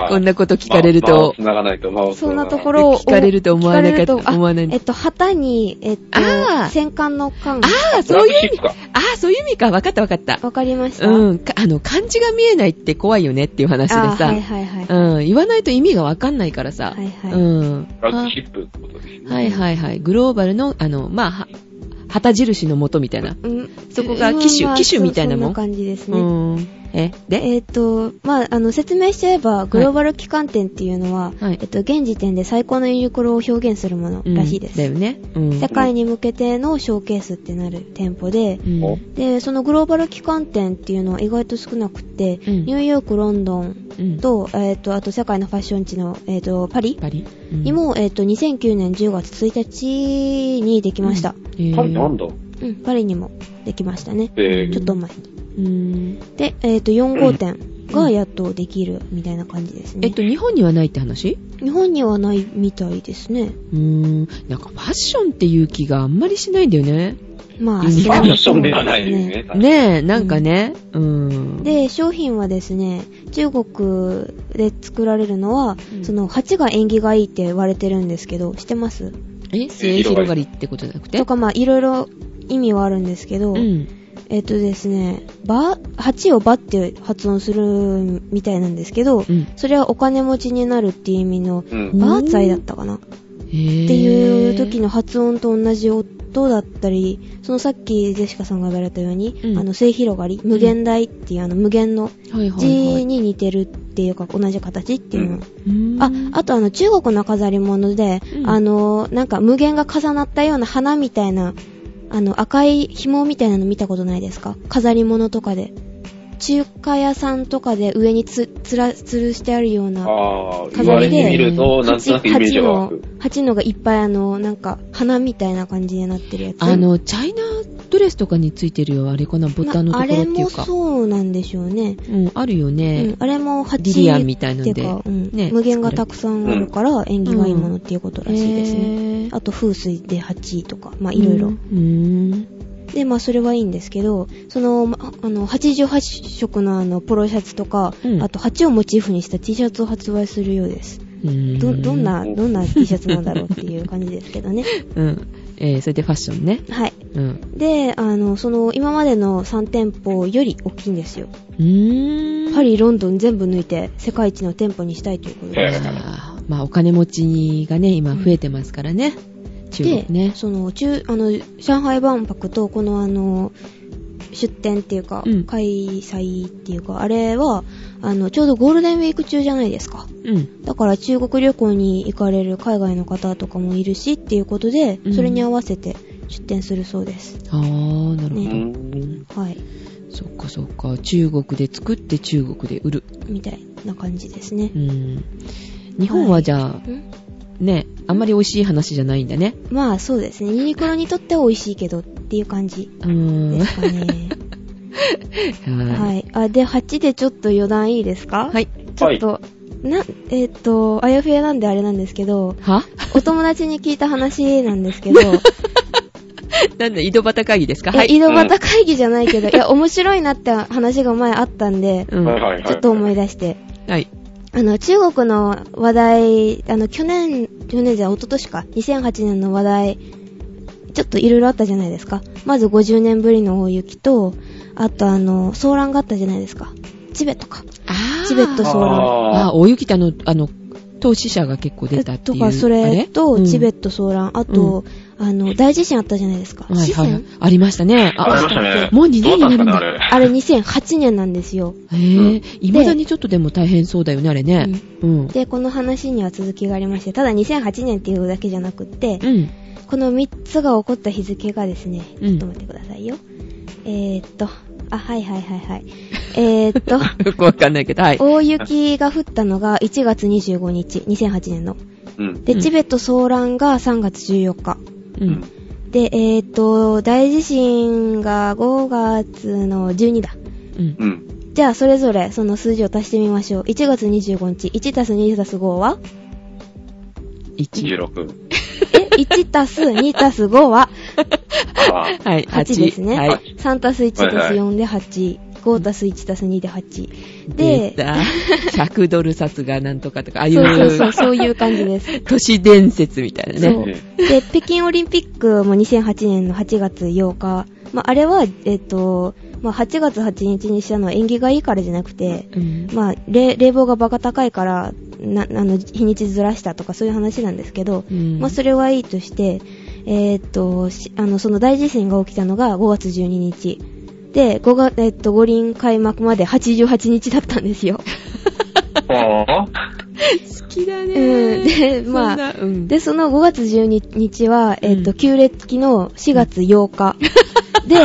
S3: こんなこと聞かれる
S4: まあ間を
S3: と、
S4: 繋がないと、まあ、
S2: そんなところを。
S3: 聞かれると思わなかった
S2: 聞れるとあ
S3: 思わない
S2: えっと、旗に、えっと
S3: あー、
S2: 戦艦の艦。
S3: ああ、
S4: そ
S3: そうう
S4: い
S3: いう
S4: 意
S3: う意
S4: 味
S3: 味。
S4: か。
S3: ああ、そういう意味か。わかったわかった。
S2: わかりました。
S3: うん。かあの、漢字が見えないって怖いよねっていう話で
S2: あー
S3: さ
S2: は。いはいはい。
S3: うん。言わないと意味がわかんないからさ
S2: は。いはい。
S3: うん。
S4: フラッグシップってことですね。
S3: はいはいはい。グローバルの、あの、まあ、は旗印の元みたいな。
S2: うん
S3: そこが機種
S2: まあまあ
S3: 機種みたいなもん
S2: そそんな感じです
S3: う
S2: ね。
S3: ん。え、で、
S2: えっ、と、まあ、あの、説明しちゃえば、グローバル機関店っていうのは、
S3: はい
S2: えっと、現時点で最高のユニクロを表現するもの
S3: うん
S2: らしいです。
S3: だよね。うん。
S2: 世界に向けてのショーケースってなる店舗で、
S3: うん
S4: お
S2: で、そのグローバル機関店っていうのは意外と少なくって、
S3: うん
S2: ニューヨーク、ロンドン
S3: うん
S2: と、えっ、と、あと世界のファッション地の、えっ、と、パリ
S3: パリ。
S2: にも、えっ、と、2009年10月1日にできました。
S3: えー、
S4: パリなんだ
S2: うん、パリにもできましたね。
S4: え
S2: ちょっと前。
S3: うん。
S2: で、えっ、と、4号店がやっとできるみたいな感じです
S3: え
S2: ね
S3: っ。と、日本にはないって話
S2: 日本にはないみたいですね。
S3: うーん。なんかファッションっていう気があんまりしないんだよね。
S2: まあ、
S3: うん
S2: し
S4: ファッ
S2: ない
S4: シ
S2: と
S4: ョン
S2: 思
S4: で
S2: いま
S4: は
S2: す
S4: ないです
S2: ね。
S4: ね。
S3: ねえ、なんかね。うん。、
S2: で、商品はですね、中国で作られるのは、
S3: うん
S2: その、鉢が縁起がいいって言われてるんですけど、知ってます
S3: え、性広がりってことじゃなくて
S2: とか、まあ、いろいろ意味はあるんですけど、
S3: うん。
S2: えっとですね、ば、鉢をばって発音するみたいなんですけど
S3: う、ん。
S2: それはお金持ちになるっていう意味の、
S4: うん。
S2: バーツァイだったかな
S3: って
S2: っていう時の発音と同じ音だったり、そのさっきジェシカさんが言われたように、
S3: うん
S2: あの、末広がり、無限大っていう、あの、無限の
S3: はいはい
S2: 字
S3: はい、
S2: に似てるっていうか、同じ形っていうの。
S3: うーん
S2: あ、あとあの、中国の飾り物で、
S3: うん
S2: あの、なんか無限が重なったような花みたいな、あの、赤い紐みたいなの見たことないですか飾り物とかで。中華屋さんとかで上につ、つら、吊るしてあるような。
S4: ああ、言わ
S2: 飾
S4: れ
S2: りで
S4: てみると、なんとなくイメージが湧
S2: の
S4: く。、
S2: 鉢のがいっぱいあの、なんか、花みたいな感じになってるやつ。
S3: あの、チャイナドレスとかについてるよ、あれかな、ボタンのところ
S2: ま
S3: って
S2: ああれ
S3: い
S2: も
S3: うか。
S2: そうなんでしょうね。
S3: うん、あるよ
S2: う
S3: ね
S2: ん。、あれも鉢
S3: リリアンみたいなんで
S2: っていうかうん
S3: ね
S2: 無限がたくさんあるから縁起がいいものっていうことらしいですね。
S3: ね
S2: あと風水で鉢とか、まあいろいろ
S3: う。ーん。
S2: で、まあそれはいいんですけど、その、まあの、88色のあの、ポロシャツとか、
S3: うん
S2: あと鉢をモチーフにした T シャツを発売するようです。
S3: うーん
S2: ど、どんな、どんな T シャツなんだろうっていう感じですけど ね。
S3: うん。えー、それでファッションね。
S2: はい。
S3: うん。
S2: で、あの、その、今までの3店舗より大きいんですよ。
S3: うーん。
S2: パリ、ロンドン全部抜いて、世界一の店舗にしたいということ
S4: ええ
S2: です。
S3: あーまあ、お金持ちがね、今増えてますからね。中
S2: で
S3: 国、ね。
S2: その、中、あの、上海万博と、このあの、出店っていうか、
S3: うん
S2: 開催っていうか、あれは、あの、ちょうどゴールデンウィーク中じゃないですか。
S3: うん。
S2: だから中国旅行に行かれる海外の方とかもいるしっていうことで
S3: う、ん
S2: それに合わせて出店するそうです。
S3: あー、なるほ
S4: う
S3: ど。
S4: ん。
S2: はい。
S3: そっかそっか。中国で作って中国で売る。
S2: みたいな感じですね
S3: う。ん。日本はじゃあ、
S2: ん
S3: ね、あんまり美味しい話じゃないんだね。
S2: まあそうですね。ユニクロにとっては美味しいけどっていう感じ
S3: うーん。
S2: で
S3: は
S2: すかね。
S3: い。
S2: はい。あ、で、8でちょっと余談いいですか
S3: はい。
S2: ちょっと、な、えーっ、と、あやふやなんであれなんですけ ど、
S3: は
S2: お友達に聞いた話なんです けど、
S3: なんだ、井戸端会議ですかは
S2: え
S3: い。
S2: 井戸端会議じゃないけ ど、いや、面白いなって話が前あったんで、
S3: うん。
S4: はい
S3: は
S4: はいはい。
S2: ちょっと思い出して。
S3: い。
S2: あの、中国の話題、あの、去年、去年じゃない、一昨年か、2008年の話題、ちょっといろいろあったじゃないですか。まず50年ぶりの大雪と、あとあの、騒乱があったじゃないですか。チベットか。
S3: あー
S2: チベット騒乱。
S3: あ
S4: あ
S3: ー、大雪ってあの、あの、投資者が結構出たって
S2: と
S3: いう。
S2: か、それと、チベッ
S3: ト。
S2: ト騒乱、あと、あの、大地震あったじゃないですか。
S3: はい
S2: 地
S3: はいはい
S2: 震。
S3: ありましたね。
S4: あ。ありま
S3: あ、
S4: したね。
S3: もう二
S4: ど
S3: 年
S4: うだったん
S3: に
S4: ですか
S3: なるんだ
S4: ね、あ
S2: あれ2008年なんですよ。
S3: へえ、いまだにちょっとでも大変そうだよね、あれね。うん。
S2: で、この話には続きがありまして、ただ2008年っていうだけじゃなくって、
S3: うん。
S2: この3つが起こった日付がですね、
S3: うん
S2: ちょっと待ってくださいよ。えーっと、あ、はいはいはいはい。えーっ と、
S3: よくわかんないけど、はい。
S2: 大雪が降ったのが1月25日、2008年の。
S4: れ。うん。
S2: で、
S3: うん
S2: チベット騒乱が3月14日。
S3: う
S4: うんん。。
S2: で、えーっと、大地震が5月の12だ。
S3: うん。
S4: うん。
S2: じゃあ、それぞれその数字を足してみましょう。1月25日、1たす2たす5は
S3: 1。
S4: 16。
S2: え、1たす2たす5は
S4: ああ。
S3: はい、
S2: 8ですね。
S3: はい。
S2: 3たす1たす4で8 5たす1たす2で8。
S3: 出
S2: で、
S3: た。100ドル札がなんとかとか、ああい
S2: そうそう
S3: う
S2: そう、そういう感じです。
S3: 都市伝説みたいな
S2: そ
S3: ね。
S2: う。で、北京オリンピックも2008年の8月8日。まあ、あれは、えっ、と、まあ、8月8日にしたのは縁起がいいからじゃなくて、
S3: うん
S2: まあ、冷冷房がバカ高いから、な、あの、日にちずらしたとかそういう話なんですけど、
S3: うん
S2: まあ、それはいいとして、えーっと、しあの、その大地震が起きたのが5月12日。で、5月、えーっと、五輪開幕まで88日だったんですよ。
S4: ああ。
S3: 好きだ
S2: うん。
S3: ね。
S2: で、ま
S3: そん
S2: あ、
S3: な、うん
S2: で、その5月12日は、えーっと、
S3: うん
S2: 旧暦の4月8日。で、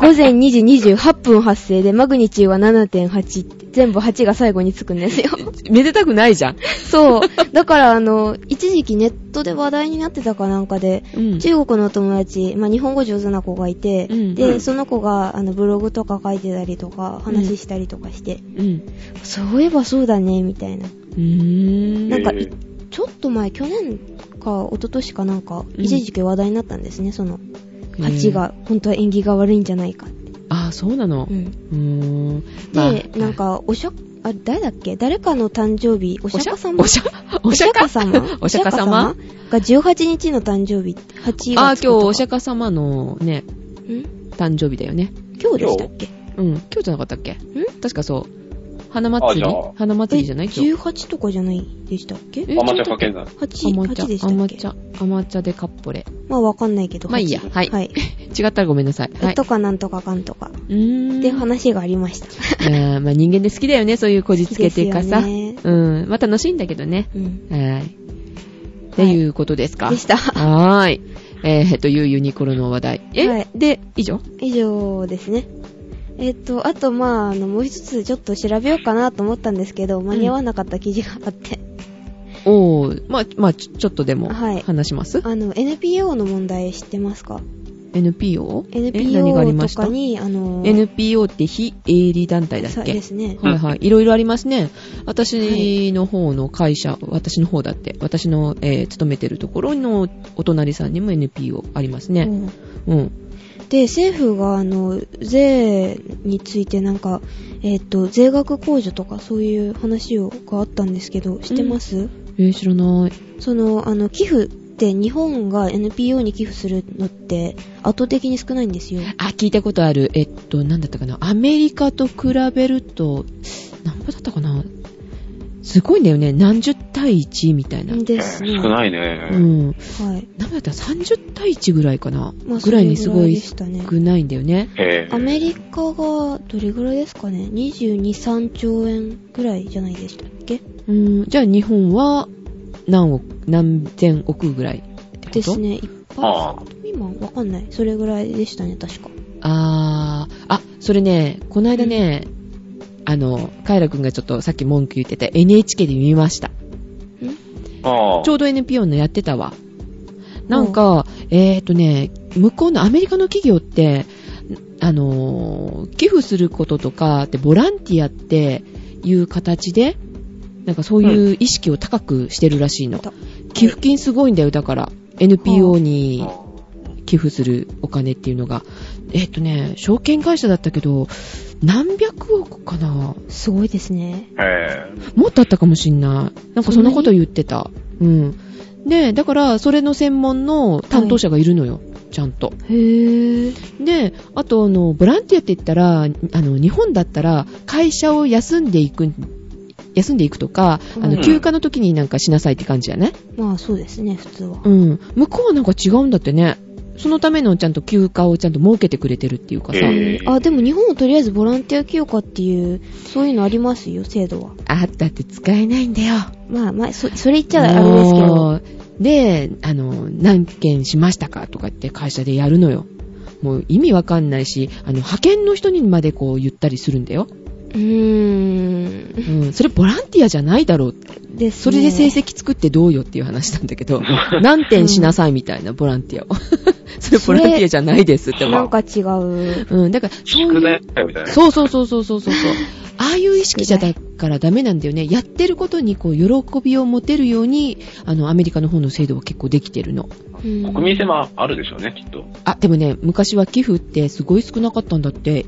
S2: 午前2時28分発生で、マグニチュードは7.8って全部8が最後につくんですよ。
S3: めでたくないじゃん。
S2: そう。だから、あの、一時期ネットで話題になってたかなんかで、
S3: うん
S2: 中国のお友達、まあ、日本語上手な子がいて、
S3: うん
S2: で、
S4: うん
S2: その子があのブログとか書いてたりとか話したりとかして、
S3: うん。
S2: そういえばそうだねみたいな
S3: うーん。
S2: なんか
S4: えー
S2: ちょっと前去年か一昨年かなんか、
S3: うん
S2: 一時期話題になったんですねその
S3: うん
S2: 8が、本当は縁起が悪いんじゃないかって、
S3: ああ、そうなの
S2: う。ん、
S3: うーん。
S2: で、
S3: まあ
S2: なん、かおしゃあ誰だっけ誰かの誕生日お
S3: お
S2: 釈迦様
S3: おしゃ、お釈迦
S2: 様
S3: お釈迦様
S2: が18日の誕生日8月
S3: ああ、今日お
S2: 日
S3: 釈迦様のね、誕生日だよね。
S2: 今日でしたっけ
S3: うん。今日じゃなかったっけ
S2: ん
S3: 確かそう。花祭
S4: あ
S3: り
S4: じゃあ
S3: 花祭りじゃない今日。
S2: 18とかじゃないでしたっけ
S3: え
S4: アマチュアかけんな。
S2: 8、8でしたっ
S3: 甘
S2: け
S3: 茶、甘茶でカッポレ。
S2: まあわかんないけど。
S3: まあいいや
S2: 8
S3: はい
S2: はい。
S3: 違ったらごめんなさい。 はい。
S2: とかなんとかかんとか。
S3: うーん。
S2: って話がありま した。
S3: あーまあ人間で好きだよね、そういうこじつけていうかさ。
S2: 好きです
S3: うん。まあ楽しいんだけどね。
S2: うん。
S3: はい。っていうことですか。
S2: でした。
S3: はーい。えー、というユニクロの話題。え、
S2: はい
S3: で、以上
S2: 以上ですね。えっと、あと、まあ、あの、もう一つちょっと調べようかなと思ったんですけど、間に合わなかった記事があって、
S3: おー、まあ、まあ、ちょちょっとでも
S2: はい
S3: 話します、
S2: あの、NPO の問題知ってますか
S3: ?NPO? え何があり
S2: ?NPO
S3: ま
S2: と
S3: した
S2: かに、あの、
S3: NPO って非営利団体だ
S2: そ
S3: っ
S2: う
S3: け
S2: ですね。
S3: はいはい。いろいろありますね。私の方の会社、私の方だって、私の、えー勤めてるところのお隣さんにも NPO ありますね。
S2: うん
S3: うん。
S2: で、政府が、あの、税についてなんか、えっと、税額控除とかそういう話をがあったんですけど、知ってます、
S3: えー知らない。
S2: その、あの、寄付って日本が NPO に寄付するのって圧倒的に少ないんですよ。
S3: あ、聞いたことある。えっと、なんだったかな。アメリカと比べると、何歩だったかな。すごいんだよね。何十対1みたいな。う
S2: ですね。
S4: 少
S2: い。
S4: ないね。
S3: ん。
S2: はい。
S3: 何歩だったら30対1ぐらいかな。
S2: まあ
S3: ぐらいにすご
S2: それぐらい
S3: い
S2: でしたね
S3: 少ないんだよね。
S4: えー
S2: アメリカがどれぐらいですかね ?22、3兆円ぐらいじゃないでしたっけ
S3: うん。じゃあ日本は何億、何千億ぐらいってこと
S2: ですね。一
S4: あ
S2: 般今わかんない。それぐらいでしたね、確か。
S3: あー、あ、それね、この間ね、あの、カイラくんがちょっとさっき文句言ってた NHK で見ました。
S4: あ。ああ
S3: ちょうど NPO のやってたわ。なんか、えーとね、向こうのアメリカの企業って、あのー、寄付することとかって、ボランティアっていう形で、なんかそういう意識を高くしてるらしいの。
S2: と
S3: 寄付金すごいんだよ、だから。NPO に寄付するお金っていうのが。えっとね、証券会社だったけど、何百億かな
S2: すごいですね。
S4: え
S3: もっとあったかもしんない。なんかそんなこと言ってた。うん。で、だから、それの専門の担当者がいるのよ。ちゃんと。
S2: へぇー。
S3: で、あと、あの、ボランティアって言ったら、あの、日本だったら、会社を休んでいく、休んでいくとか、あ
S2: う
S3: の、
S4: ん
S3: 休暇の時になんかしなさいって感じやね。
S2: まあそうですね、普通は。
S3: うん。向こうはなんか違うんだってね。そのためのちゃんと休暇をちゃんと設けてくれてるっていうかさ。
S4: へー
S2: あ、でも日本はとりあえずボランティア休暇っていう、そういうのありますよ、制度は。
S3: あったって使えないんだよ。
S2: まあまあ、そそれ言っちゃあれですけど。
S3: もうで、あの、何件しましたかとかって会社でやるのよ。もう意味わかんないし、あの、派遣の人にまでこう言ったりするんだよ。
S2: うー。
S3: うんん、それボランティアじゃないだろう。
S2: です、ね。
S3: それで成績作ってどうよっていう話なんだけど、何点しなさいみたいなボランティアを。それボランティアじゃないですって
S2: なん
S3: 思う。
S2: か違う。
S3: うん、だから、そういう
S4: 宿題だよみたいな。
S3: そうそうそうそうそうそうそう。ああいう意識じゃだからダメなんだよね。やってることにこう喜びを持てるように、あの、アメリカの方の制度は結構できてるの。
S2: うん
S4: 国民性もあるでしょうね、きっと。
S3: あ、でもね、昔は寄付ってすごい少なかったんだって。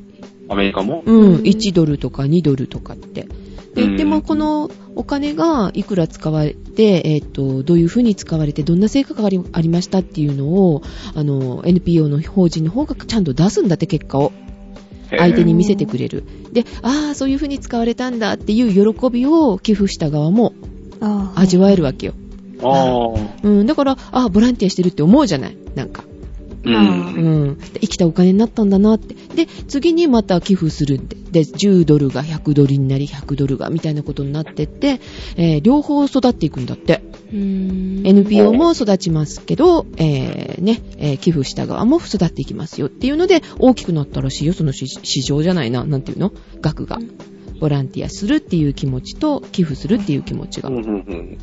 S1: アメリカも。
S3: うん、
S2: うん
S3: 1ドルとか2ドルとかって。
S1: う
S3: で、
S1: ん
S3: でもこのお金がいくら使われて、えっ、と、どういうふうに使われて、どんな成果がありありましたっていうのを、あの、NPO の法人の方がちゃんと出すんだって結果を
S1: へー
S3: 相手に見せてくれる。で、ああ、そういうふうに使われたんだっていう喜びを寄付した側も
S2: ああ。
S3: 味わえるわけよ。
S1: ああ。
S3: うん、だから、ああ、ボランティアしてるって思うじゃないなんか。
S1: う。
S3: うんん、で生きたお金になったんだなって。で、次にまた寄付するんで。で、10ドルが100ドルになり、100ドルが、みたいなことになってって、えー両方育っていくんだって。
S2: うーん。
S3: NPO も育ちますけど、えーね、えー寄付した側も育っていきますよっていうので、大きくなったらしいよ、その市市場じゃないな、なんていうの額が。ボランティアするっていう気持ちと、寄付するっていう気持ちが
S1: うん。うんうん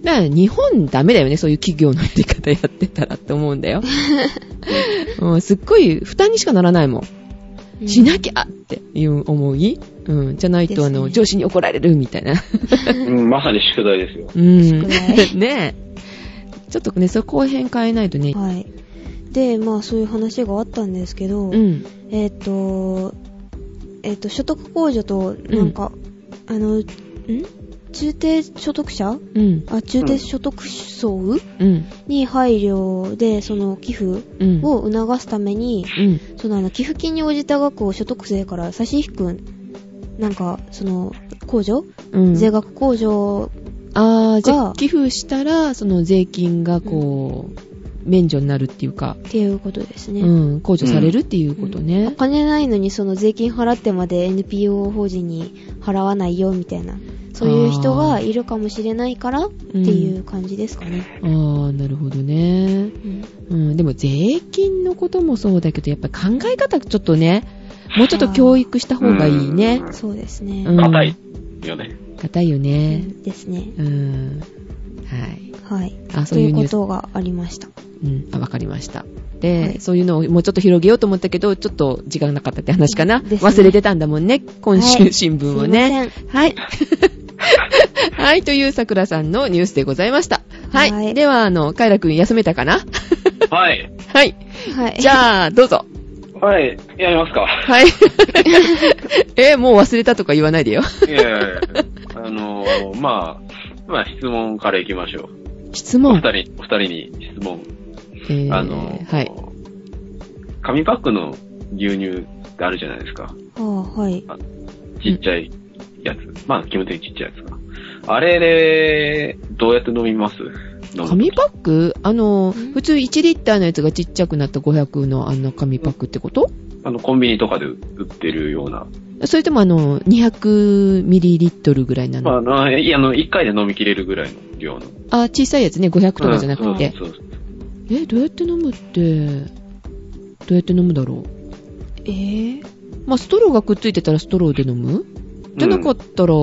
S3: だから日本ダメだよね、そういう企業のやり方やってたらって思う んだよ。うん、すっごい負担にしかならないも。
S2: うんん
S3: しなきゃっていう思い、うん、じゃない
S2: で
S3: と、
S2: す
S3: あ
S2: ね
S3: の、上司に怒られる みたいな。
S1: うん。まさに宿題ですよ。
S3: うん。
S2: 宿題
S3: ねえ。ちょっとね、そこを変えないとね。
S2: はい。で、まあそういう話があったんですけど、
S3: うん。
S2: えっ、と、えっ、と、所得控除と、なんか、あの、ん中低所得者
S3: うん。
S2: あ、中低所得層、
S3: うん。
S2: に配慮で、その寄付
S3: うん。
S2: を促すために、
S3: うん。
S2: そのあの寄付金に応じた額を所得税から差し引く、なんか、その、控除、
S3: うん。
S2: 税額控除、
S3: ああ、じゃあ
S2: が
S3: 寄付したら、その税金がこう、免除になるっていうか、
S2: っていうことですね。
S3: うん、控除されるっていうことね
S2: お。金ないのにその税金払ってまで NPO 法人に払わないよみたいな、そういう人がいるかもしれないからっていう感じですかね。
S3: ああ、なるほどね。
S2: うん
S3: うん、でも税金のこともそうだけど、やっぱり考え方ちょっとね、もうちょっと教育した方がいいね。
S2: そうですね。
S3: うん
S1: 硬い。よね。
S3: 硬いよ
S2: う
S3: ね。
S2: んですね。
S3: うん。はい。
S2: はい。
S3: あ、そ
S2: と
S3: う
S2: い
S3: いう
S2: う
S3: ニュ
S2: こ
S3: ース。
S2: とがありました。
S3: うん、あ、わかりました。で、
S2: はい
S3: そういうのをもうちょっと広げようと思ったけど、ちょっと時間なかったって話かな。
S2: ですね
S3: 忘れてたんだもんね、今
S2: は
S3: 週
S2: い
S3: 新
S2: すい
S3: 聞を
S2: ま
S3: ね。
S2: せん。
S3: はい。 はい、という桜さんのニュースでございました。はい。
S2: はい
S3: では、あの、カイラくん休めたかな
S1: はい。
S3: はい。
S2: はい。
S3: じゃあ、どうぞ。
S1: はい。やりますか。
S3: はい。え、もう忘れたとか言わないでよ。
S1: いやいやいやあのー、まあ、まあ質問からいきましょう。
S3: 質
S1: お二
S3: 問。
S1: 人、お二人に質問。
S3: えー
S1: あのー、
S3: はい。
S1: 紙パックの牛乳があるじゃないですか。
S2: ああ、はい。
S1: ちっちゃいやつ。まあ、基本的にちっちゃいやつか。あれで、どうやって飲みます飲む
S3: 紙パックあの、
S2: ん
S3: 普通1リッターのやつがちっちゃくなった500のあの紙パックってこと
S1: あの、コンビニとかで売ってるような。
S3: それともあの、200ミリリットルぐらいな
S1: まあ
S3: の、
S1: あの、いやあの、一回で飲み切れるぐらいの量の。
S3: あ、小さいやつね、500とかじゃなくて。
S1: うんそうそう
S3: え、どうやって飲むって、どうやって飲むだろう
S2: えぇ、
S3: まあ、ストローがくっついてたらストローで飲むじゃなかったら、な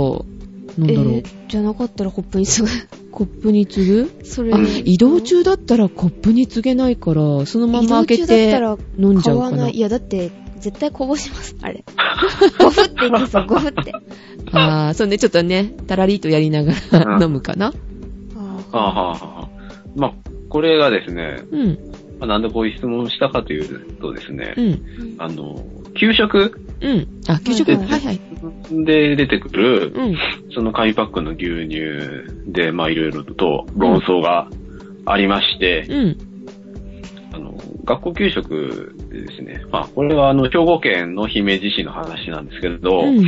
S3: ん
S2: え
S3: だろう、
S2: ーじゃなかったらコップにすぐ。
S3: コップに次ぐ
S2: それ
S3: あ、移動中だったらコップに告げないから、そのま
S2: 移
S3: ま
S2: 動
S3: 開け
S2: 中だった
S3: て
S2: ら
S3: 飲んじ
S2: 買
S3: ゃう
S2: わ
S3: か
S2: な。。
S3: ない
S2: いや、だって、絶対こぼします、あれ。ゴフって言ってそう、ゴフ って。
S3: ああ、そうね、ちょっとね、たらりとやりな
S1: う
S3: がら
S1: ん
S3: 飲むかな。
S2: あ
S1: あはあはあはあ。まあ、これがですね、
S3: うん、
S1: まあなんでこういう質問をしたかというとですね、
S3: うん、
S2: うん
S1: あの、給食
S3: うん。あ、給食、は
S2: はいい
S3: はい、はい。
S1: で出てくる、
S3: うん、
S1: その紙パックの牛乳で、まあ、いろいろと論争がありまして、
S3: うん、
S1: あの、学校給食でですね、まあ、これはあの、兵庫県の姫路市の話なんですけれど、
S3: うん、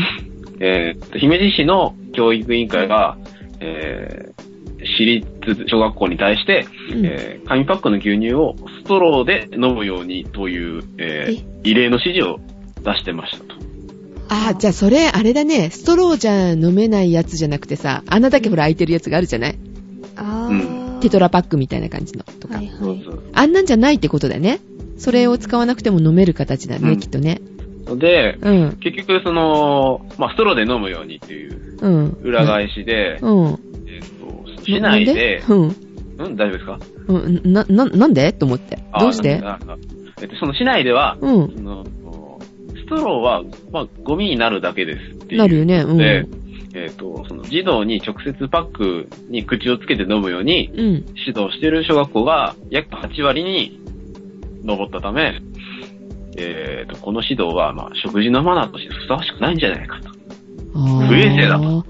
S1: えーっと、姫路市の教育委員会が、えー私立小学校に対して、
S3: うん。
S1: えー紙パックの牛乳をストローで飲むようにという、えー異例の指示を出してましたと。
S3: あー、じゃあそれ、あれだね、ストローじゃ飲めないやつじゃなくてさ、穴だけほら開いてるやつがあるじゃない
S2: あー
S3: テトラパックみたいな感じのとか
S2: はい。はい。
S3: あんなんじゃないってことだよね。それを使わなくても飲める形だ
S1: う
S3: ね、
S1: ん
S3: きっとね。
S1: で、
S3: うん、
S1: 結局その、まあ、ストローで飲むようにっていう
S3: うん。
S1: 裏返しで、
S3: うん。
S1: えーっと、市内で、
S3: うん。
S1: うん、大丈夫ですか
S3: うん、な、な、なんでと思って。
S1: あー
S3: どうして
S1: なんかえっと、その市内では、
S3: うん。
S1: その、ストローは、まあ、ゴミになるだけですっていう。
S3: なるよね。うん。
S1: で、えっ、と、その児童に直接パックに口をつけて飲むように
S3: うん。
S1: 指導している小学校が約8割に上ったため、ええーと、この指導は、まあ、食事のマナーとしてふさわしくないんじゃないかと。
S3: 不
S1: 不衛生だ
S3: あ
S1: と
S3: あ。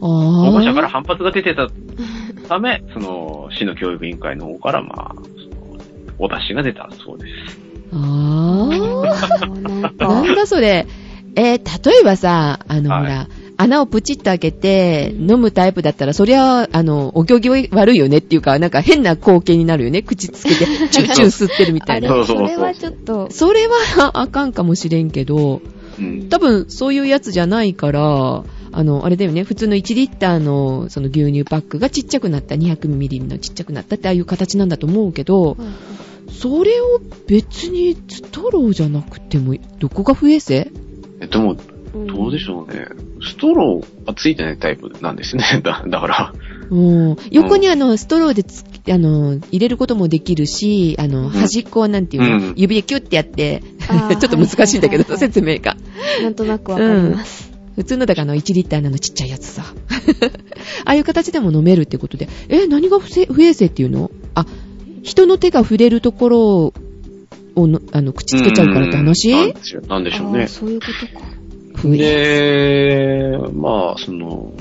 S1: 保護者から反発が出てたため、その、市の教育委員会の方から、まあ、そのお達しが出たそうです。
S3: あ
S2: もうなん
S3: あ。な
S2: か
S3: ん、だそれ。えー例えばさ、あの、
S1: はい
S3: ほら、穴をプチッと開けて飲むタイプだったら、そりゃ、あの、お行儀悪いよねっていうか、なんか変な光景になるよね。口つけて、チューチュー吸ってるみた
S2: あ
S3: い
S2: れ
S3: な。
S1: そうそう
S2: そ
S1: そう
S2: れはちょっと、
S3: それはあかんかもしれんけど、
S1: うん。
S3: 多分そういうやつじゃないから、あの、あれだよね、普通の1リッターのその牛乳パックがちっちゃくなった、200ミリのちっちゃくなったってああいう形なんだと思うけど、それを別にストローじゃなくても、どこが不衛生
S1: えでも、
S2: うん
S1: どうでしょうね。ストローがついてないタイプなんですね。 だ、だから。
S3: うん。横にあの、ストローでつき、あの、入れることもできるし、あの、
S1: ん
S3: 端っこをなんていうの、
S1: うん
S3: 指でキュッてやって、
S2: あー
S3: ちょっと難しいんだけ
S2: は
S3: ど、
S2: ははい
S3: 説明が。
S2: なんとなくわかります。
S3: 普通のだからあの1リッターなのちっちゃいやつさ。 ああいう形でも飲めるってことで、え、何が不正不衛生っていうのあ、人の手が触れるところをの、あの、口つけちゃうからって話、
S1: うんなんでしょうなんでしょう
S2: あ
S1: ね
S2: ー。そういうことか。
S3: 不衛
S1: で、まあ、その、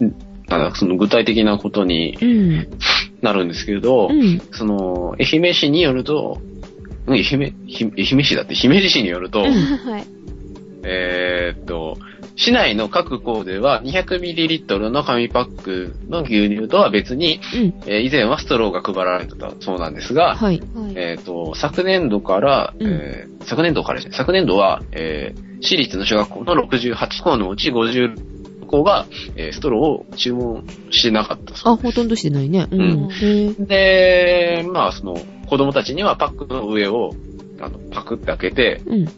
S1: んなんだその具体的なことに
S3: 生。うん。
S1: なるんですけれど、
S3: うん。
S1: その、愛媛市によると、うん愛媛、ひ愛媛市だって、姫路市によると、
S3: うん
S2: はい。
S1: えーっと、市内の各校では 200ml の紙パックの牛乳とは別に、
S3: うん。
S1: えー以前はストローが配られてたそうなんですが、
S3: はい。
S2: はい。
S1: えーっと、昨年度から、
S3: うん
S1: えー昨年度からですね、昨年度は、えー私立の小学校の68校のうち50校が、えーストローを注文してなかったそう
S3: あ、ほとんどしてないね。うん。
S2: うん
S3: へー
S1: で、まあ、その、子供たちにはパックの上を、あの、パクって開けて、
S3: うん。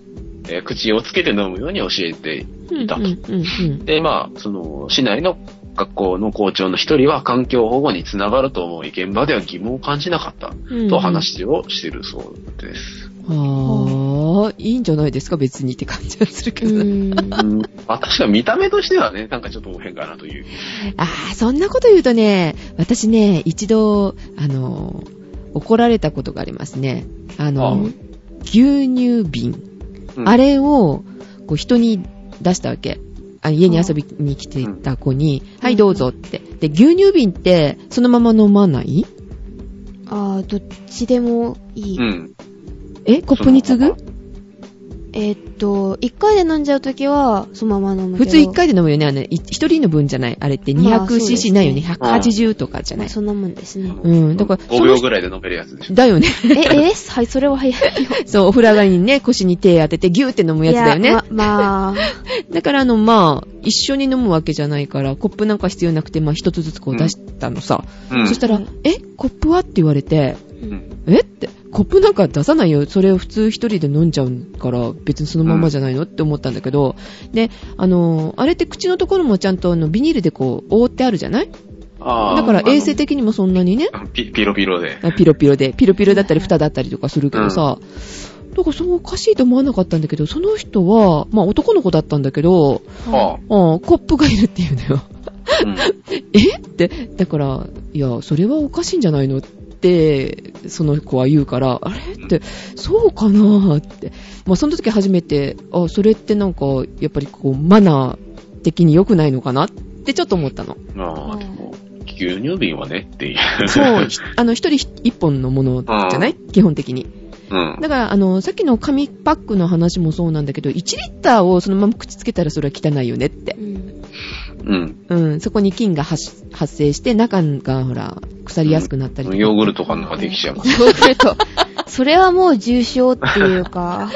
S1: えー口をつけて飲むように教えていた
S3: う
S1: と。
S3: んうん
S1: で、まあ、その、市内の学校の校長の一人は環境保護につながると思い、現場では疑問を感じなかった
S3: うん。
S1: と話をしてるそうです。
S3: はあ、いいんじゃないですか、別にって感じはするけ
S2: う
S3: ど。
S2: ー
S1: う
S2: ん。
S1: ん、まあ、確か見た目としてはね、なんかちょっと変かなという。
S3: ああ、そんなこと言うとね、私ね、一度、あの、怒られたことがありますね。あの、牛乳瓶。
S1: うん
S3: あれを、こう、人に出したわけ。あ家に遊びに来ていた子に、
S2: ん
S3: はい、どうぞって。で、牛乳瓶って、そのまま飲まない
S2: ああ、どっちでもいい。
S1: うん。
S3: え、コップに次
S1: そ
S3: ぐ
S1: のま
S2: えーっと、一回で飲んじゃうときは、そのまま飲むけ
S3: 普
S2: ど。
S3: 通1回で飲むよね。あの、い一人の分じゃない。あれって
S2: まあそうです
S3: 200cc
S2: ね
S3: ないよね。180とかじゃ
S2: ま
S3: な
S2: あ
S3: い。
S2: そんなもんですね。
S3: うんだから
S1: 5秒ぐらいで飲めるやつでしょ。
S3: だよね。
S2: え、え、はい、それは早いよ。
S3: そう、お風呂上がりにね、腰に手当ててギューって飲むやつだよ
S2: い
S3: ね。
S2: やま、まあ、
S3: だからあの、まあ、一緒に飲むわけじゃないから、コップなんか必要なくて、まあ一つずつこう出したのさ。
S1: うん
S3: そしたら、
S2: うん
S3: えコップはって言われて、
S1: うん
S3: えって、コップなんか出さないよ。それを普通一人で飲んじゃうから、別にそのままじゃないの、って思ったんだけど、で、あの、あれって口のところもちゃんとあのビニールでこう覆ってあるじゃない
S1: あー
S3: だから
S1: あの
S3: 衛生的にもそんなにね、
S1: ピピロピロで。
S3: あピロピロで、ピロピロだったり蓋だったりとかするけどさ、だからそうおかしいと思わなかったんだけど、その人は、まあ男の子だったんだけど、
S1: あ
S3: うん、コップがいるっていうのよ。
S1: ーうん
S3: えって、だから、いや、それはおかしいんじゃないのって、その子は言うから、あれって、そうかなって。まあ、その時初めて、あ、それってなんか、やっぱりこう、マナー的に良くないのかなってちょっと思ったの。
S1: まあ、でも、牛乳瓶はねっていう。
S3: そう、ひ あの、一人一本のものじゃない基本的に。
S1: うん。
S3: だから、あの、さっきの紙パックの話もそうなんだけど、1リッターをそのまま口つけたらそれは汚いよねって
S2: う。ん。
S1: うん。
S3: うん、そこに菌が発発生して、中がほら、腐りやすくなったりとか。
S1: ヨーグルトかなんかできちゃう。
S2: そうすると、それはもう重症っていう か、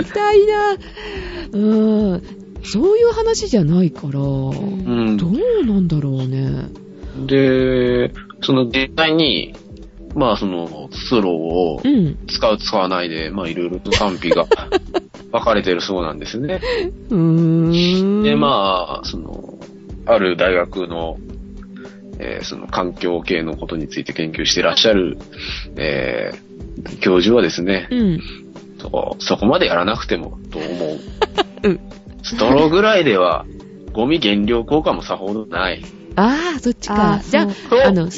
S3: 痛いな。うーん。そういう話じゃないか
S2: ん
S3: ら、
S1: うん
S3: どうなんだろうね。
S1: で、その実際に、まあその、スローを
S3: うん。
S1: 使う使わないで、まあいろいろと賛否が分かれてるそうなんですね。
S3: うーん。
S1: で、まあ、その、ある大学の、えーその環境系のことについて研究してらっしゃる、えー教授はですね、
S3: うん。
S1: とそこまでやらなくてもと思う。
S3: うん
S1: ストローぐらいでは、ゴミ減量効果もさほどない。
S3: ああ、そっち
S2: あ
S3: か
S2: あ。
S3: じゃ
S2: そう
S3: あ、あの、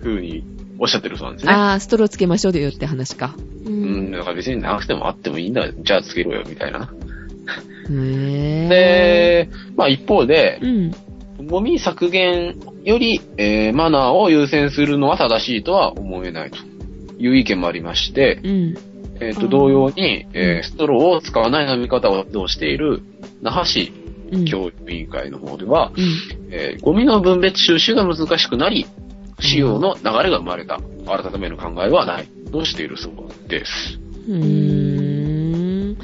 S1: ふうに教おっしゃってるそうなんですね。
S3: ああ、ストローつけましょうよって話か。
S2: う
S1: うんん、だから別になくてもあってもいいんだ、じゃあつけろよ、みたいな。
S3: へ
S1: で、
S3: え。
S1: まあ一方で、
S3: うん。
S1: ゴミ削減より、えーマナーを優先するのは正しいとは思えないという意見もありまして、
S3: うん。
S1: えっ、
S2: う
S1: と、
S2: ん
S1: 同様に、えーストローを使わない飲み方を指導している那覇市
S3: うん。
S1: 教育委員会の方では、
S3: うん。
S1: えーゴミの分別収集が難しくなり、使用の流れが生まれた。改める考えはない。としているそうです。
S3: うーん。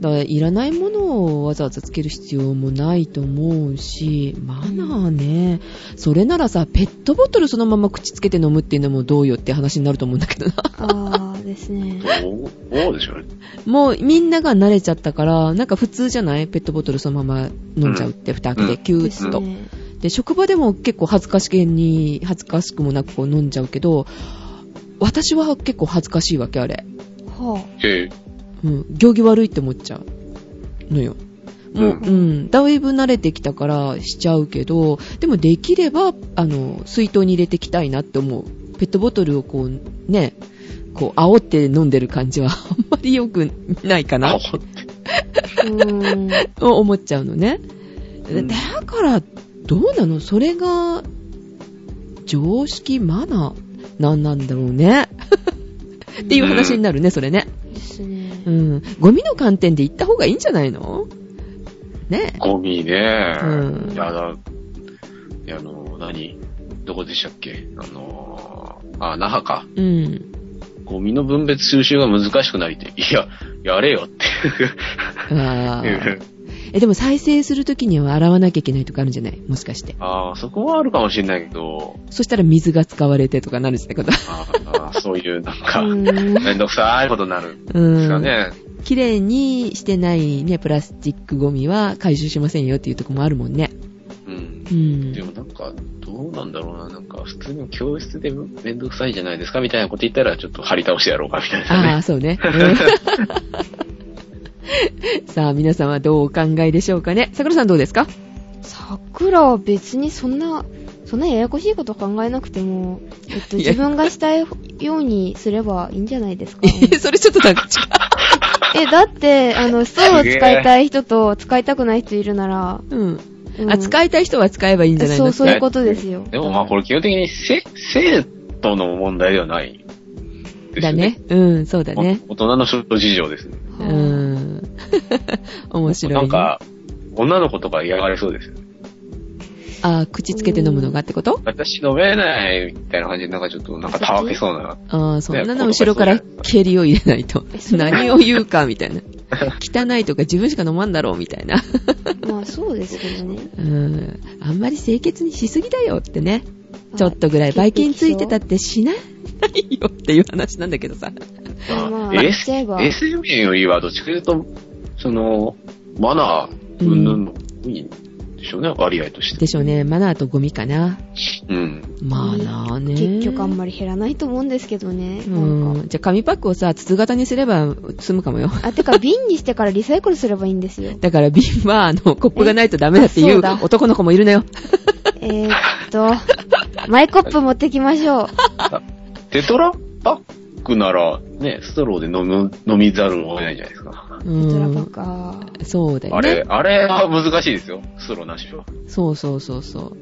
S3: だから、いらないものをわざわざつける必要もないと思うし、マナーね。それならさ、ペットボトルそのまま口つけて飲むっていうのもどうよって話になると思うんだけどな。
S2: ああですね。
S1: どうどうでしょうね。
S3: もうみんなが慣れちゃったから、なんか普通じゃないペットボトルそのまま飲んじゃうって、蓋開けてキュ
S2: で
S3: ー
S2: す
S3: ッと。
S2: ね。
S3: で、職場でも結構恥ずかしげに、恥ずかしくもなくこう飲んじゃうけど、私は結構恥ずかしいわけ、あれ。
S2: は
S1: え
S3: うん。行儀悪いって思っちゃうのよ。もう、う
S1: うん
S2: ん、
S3: だいぶ慣れてきたからしちゃうけど、でもできれば、あの、水筒に入れてきたいなって思う。ペットボトルをこう、ね、こう、煽って飲んでる感じは あんまり良くないかな
S1: あ、。ほん
S2: あ。うん。
S3: を思っちゃうのね。
S1: うん
S3: だから、どうなのそれが、常識マナーなんなんだろうね。っていう話になるね、それね。
S2: ですね。
S3: うん。ゴミの観点で言った方がいいんじゃないのね
S1: ゴミね。
S3: うん
S1: いやだ、いや、あの、何どこでしたっけあのー、あ、那覇か。
S3: え。うん。
S1: ゴミの分別収集が難しくなりって。いや、やれよって。
S3: あーえ、でも再生するときには洗わなきゃいけないとかあるんじゃないもしかして。
S1: ああ、そこはあるかもしれないけど、
S3: そしたら水が使われてとかなるってこと。
S1: あーあーそういう、なんか、
S2: うん。
S1: めんどくさいことになるん
S3: う
S1: ですか
S3: ん。
S1: ね。
S3: 綺麗にしてないね、プラスチックゴミは回収しませんよっていうとこもあるもんね。
S1: うん。
S3: うん。
S1: でもなんか、どうなんだろうな。なんか、普通に教室でめんどくさいじゃないですかみたいなこと言ったら、ちょっと張り倒してやろうかみたいな
S3: あ
S1: ね。
S3: あ、そ うね。 さあ、皆さんはどうお考えでしょうかね。桜さんどうですか
S2: 桜は別にそんな、そんなややこしいこと考えなくても、えっと、
S3: いや
S2: 自分がしたいようにすればいいんじゃないですか。
S3: えそれちょっとなんか、
S2: え、だって、あの、ストローを
S1: すげえ
S2: 使いたい人と使いたくない人いるなら、
S3: うん。
S2: うん
S3: あ、使いたい人は使えばいいんじゃない
S2: そ
S3: の
S2: う、そういうことですよ。
S1: でもまあ、これ基本的にせ、生徒の問題ではないですよ
S3: だね。うん、そうだね。
S1: お大人の諸事情ですね。
S3: う
S2: はあ
S3: ん。 面白い、ね。
S1: なんか、女の子とか嫌がれそうですよね。
S3: あ、口つけて飲むのがってこと
S1: 私飲めないみたいな感じで、なんかちょっと、なんかたわけそうな。
S3: ああ、そんなの
S1: ね
S3: 後ろから蹴りを入れないと。
S2: そうだね
S3: 何を言うか、み たいな。汚いとか自分しか飲まんだろう、みたいな。
S2: まあ、そうですけどね。
S3: うん。あんまり清潔にしすぎだよってね。
S2: はい
S3: ちょっとぐらい、ばい菌ついてたってしないないよっていう話なんだけどさ。
S2: まあ、
S1: え
S2: 言っちゃえば。
S1: SM よりは、どっちかというと、その、マナー、うんぬんの、いいんでしょうね、割合として
S3: で。しょうね。マナーとゴミかな。
S1: うん。
S3: マナーね。
S2: 結局あんまり減らないと思うんですけどね。なんか。
S3: うん。じゃあ紙パックをさ、筒型にすれば済むかもよ。
S2: あ、てか瓶にしてからリサイクルすればいいんです
S3: 。
S2: よ
S3: だから瓶は、あの、コップがないとダメだってい
S2: そううだ
S3: 男の子もいるのよ。
S2: えーっと、マイコップ持ってきましょう。
S1: テトラパックなら、ね、ストローで飲む、飲みざるを得ないじゃないですか。
S3: う
S2: ドラバ
S3: ん。
S2: か。
S3: そうだよ
S1: あ
S3: ね
S1: れ、。あれは難しいですよ、ストローなしは。
S3: そうそうそうそう。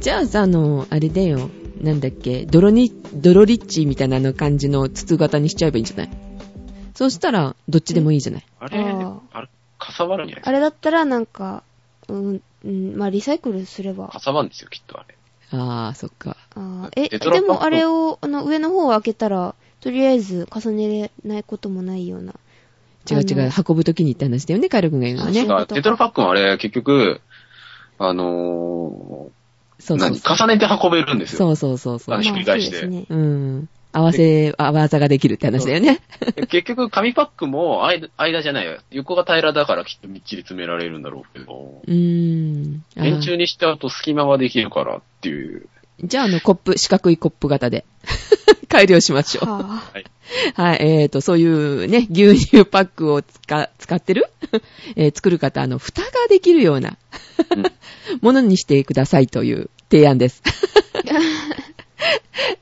S3: じゃあさ、あの、あれだよ。なんだっけ、泥に、泥リッチみたいなあの感じの筒型にしちゃえばいいんじゃないそうしたら、どっちでもいいじゃない、
S1: あれ、
S2: あー
S1: あれ、かさばるんじゃないです
S2: あれだったらなんか、うん、うん、まあリサイクルすれ
S1: か。か
S2: ば。
S1: さばるんですよ、きっとあれ。
S3: あー、そっか。
S2: あー
S1: テ
S2: え、
S1: トラパッ
S2: で
S1: ク
S2: もあれを、あの、上の方を開けたら、とりあえず重ねれないこともないような。
S3: 違う違
S2: あ
S3: う、運ぶときにって話だよね、カイロ君が言うの
S2: そ
S3: は
S2: う
S3: ね
S1: だ。からテトラパックもあれ、結局、あの
S3: そ
S1: ー、
S3: うそ
S1: 何
S3: うそう。
S1: 重ねて運べるんですよ。
S3: そうそうそうそ
S1: あ
S3: う。
S1: ひっくり返して
S2: まあそうですね
S3: うん。合わせ、合わさができるって話だよね。
S1: 結局、紙パックも間、間じゃないよ。横が平らだからきっとみっちり詰められるんだろうけど、
S3: うーん。あ
S1: 円
S3: ー
S1: 柱にしちゃうと隙間ができるからっていう。
S3: じゃあ、あの、コップ、四角いコップ型で。 改良しましょう。
S2: は
S3: はい、えーと、そういうね、牛乳パックを使、使ってる えー作る方、あの、蓋ができるような
S1: うん
S3: ものにしてくださいという提案です。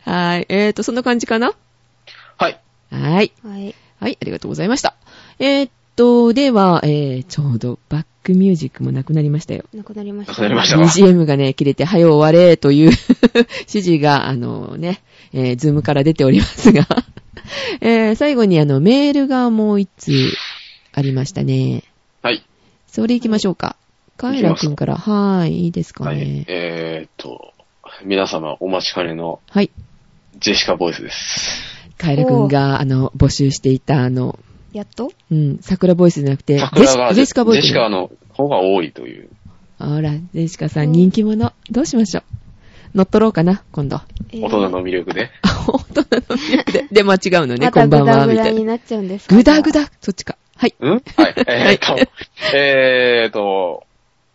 S3: はい。えーと、そんな感じかな
S1: はい。
S3: はい。
S2: はい。
S3: はい、ありがとうございました。えーっと、では、えー、ちょうどバックミュージックもなくなりましたよ。
S2: なくなりまし
S1: わ
S2: た。
S1: かりましたわ。
S3: BGM がね、切れて、早う終われという 指示が、あのね、えーズームから出ておりますが、 えー最後にあの、メールがもう一通ありましたね。
S1: はい。
S3: それ行きましょうか。カエラくんから、はーい、いいですか
S1: はい。
S3: ね。
S1: えーっと、皆様お待ちかねの
S3: はい。
S1: ジェシカボイスです。
S3: カエラくんが、あの、募集していた、あの、
S2: やっと
S3: うん、桜ボイスじゃなくて、ジェ
S1: 桜
S3: シ
S1: が、ジ
S3: カ、ジェ
S1: ェ
S3: シカボイス。
S1: シカの方が多いという。
S3: あら、ジェシカさん人気者。どうしましょう。乗っ取ろうかな、今度。
S2: えー
S1: 大人の魅力で。
S3: あ、大人の 魅力で。で、間違うのね、
S2: ま
S3: こ
S2: た
S3: ん
S2: グ
S3: ばん
S2: ダ
S3: は、
S2: グ
S3: みた
S2: ダ
S3: い
S2: に
S3: な。
S2: なっちゃうんですか
S3: ぐだぐ。だ、そっちか。はい。
S1: んはい。えーっと、えーっと、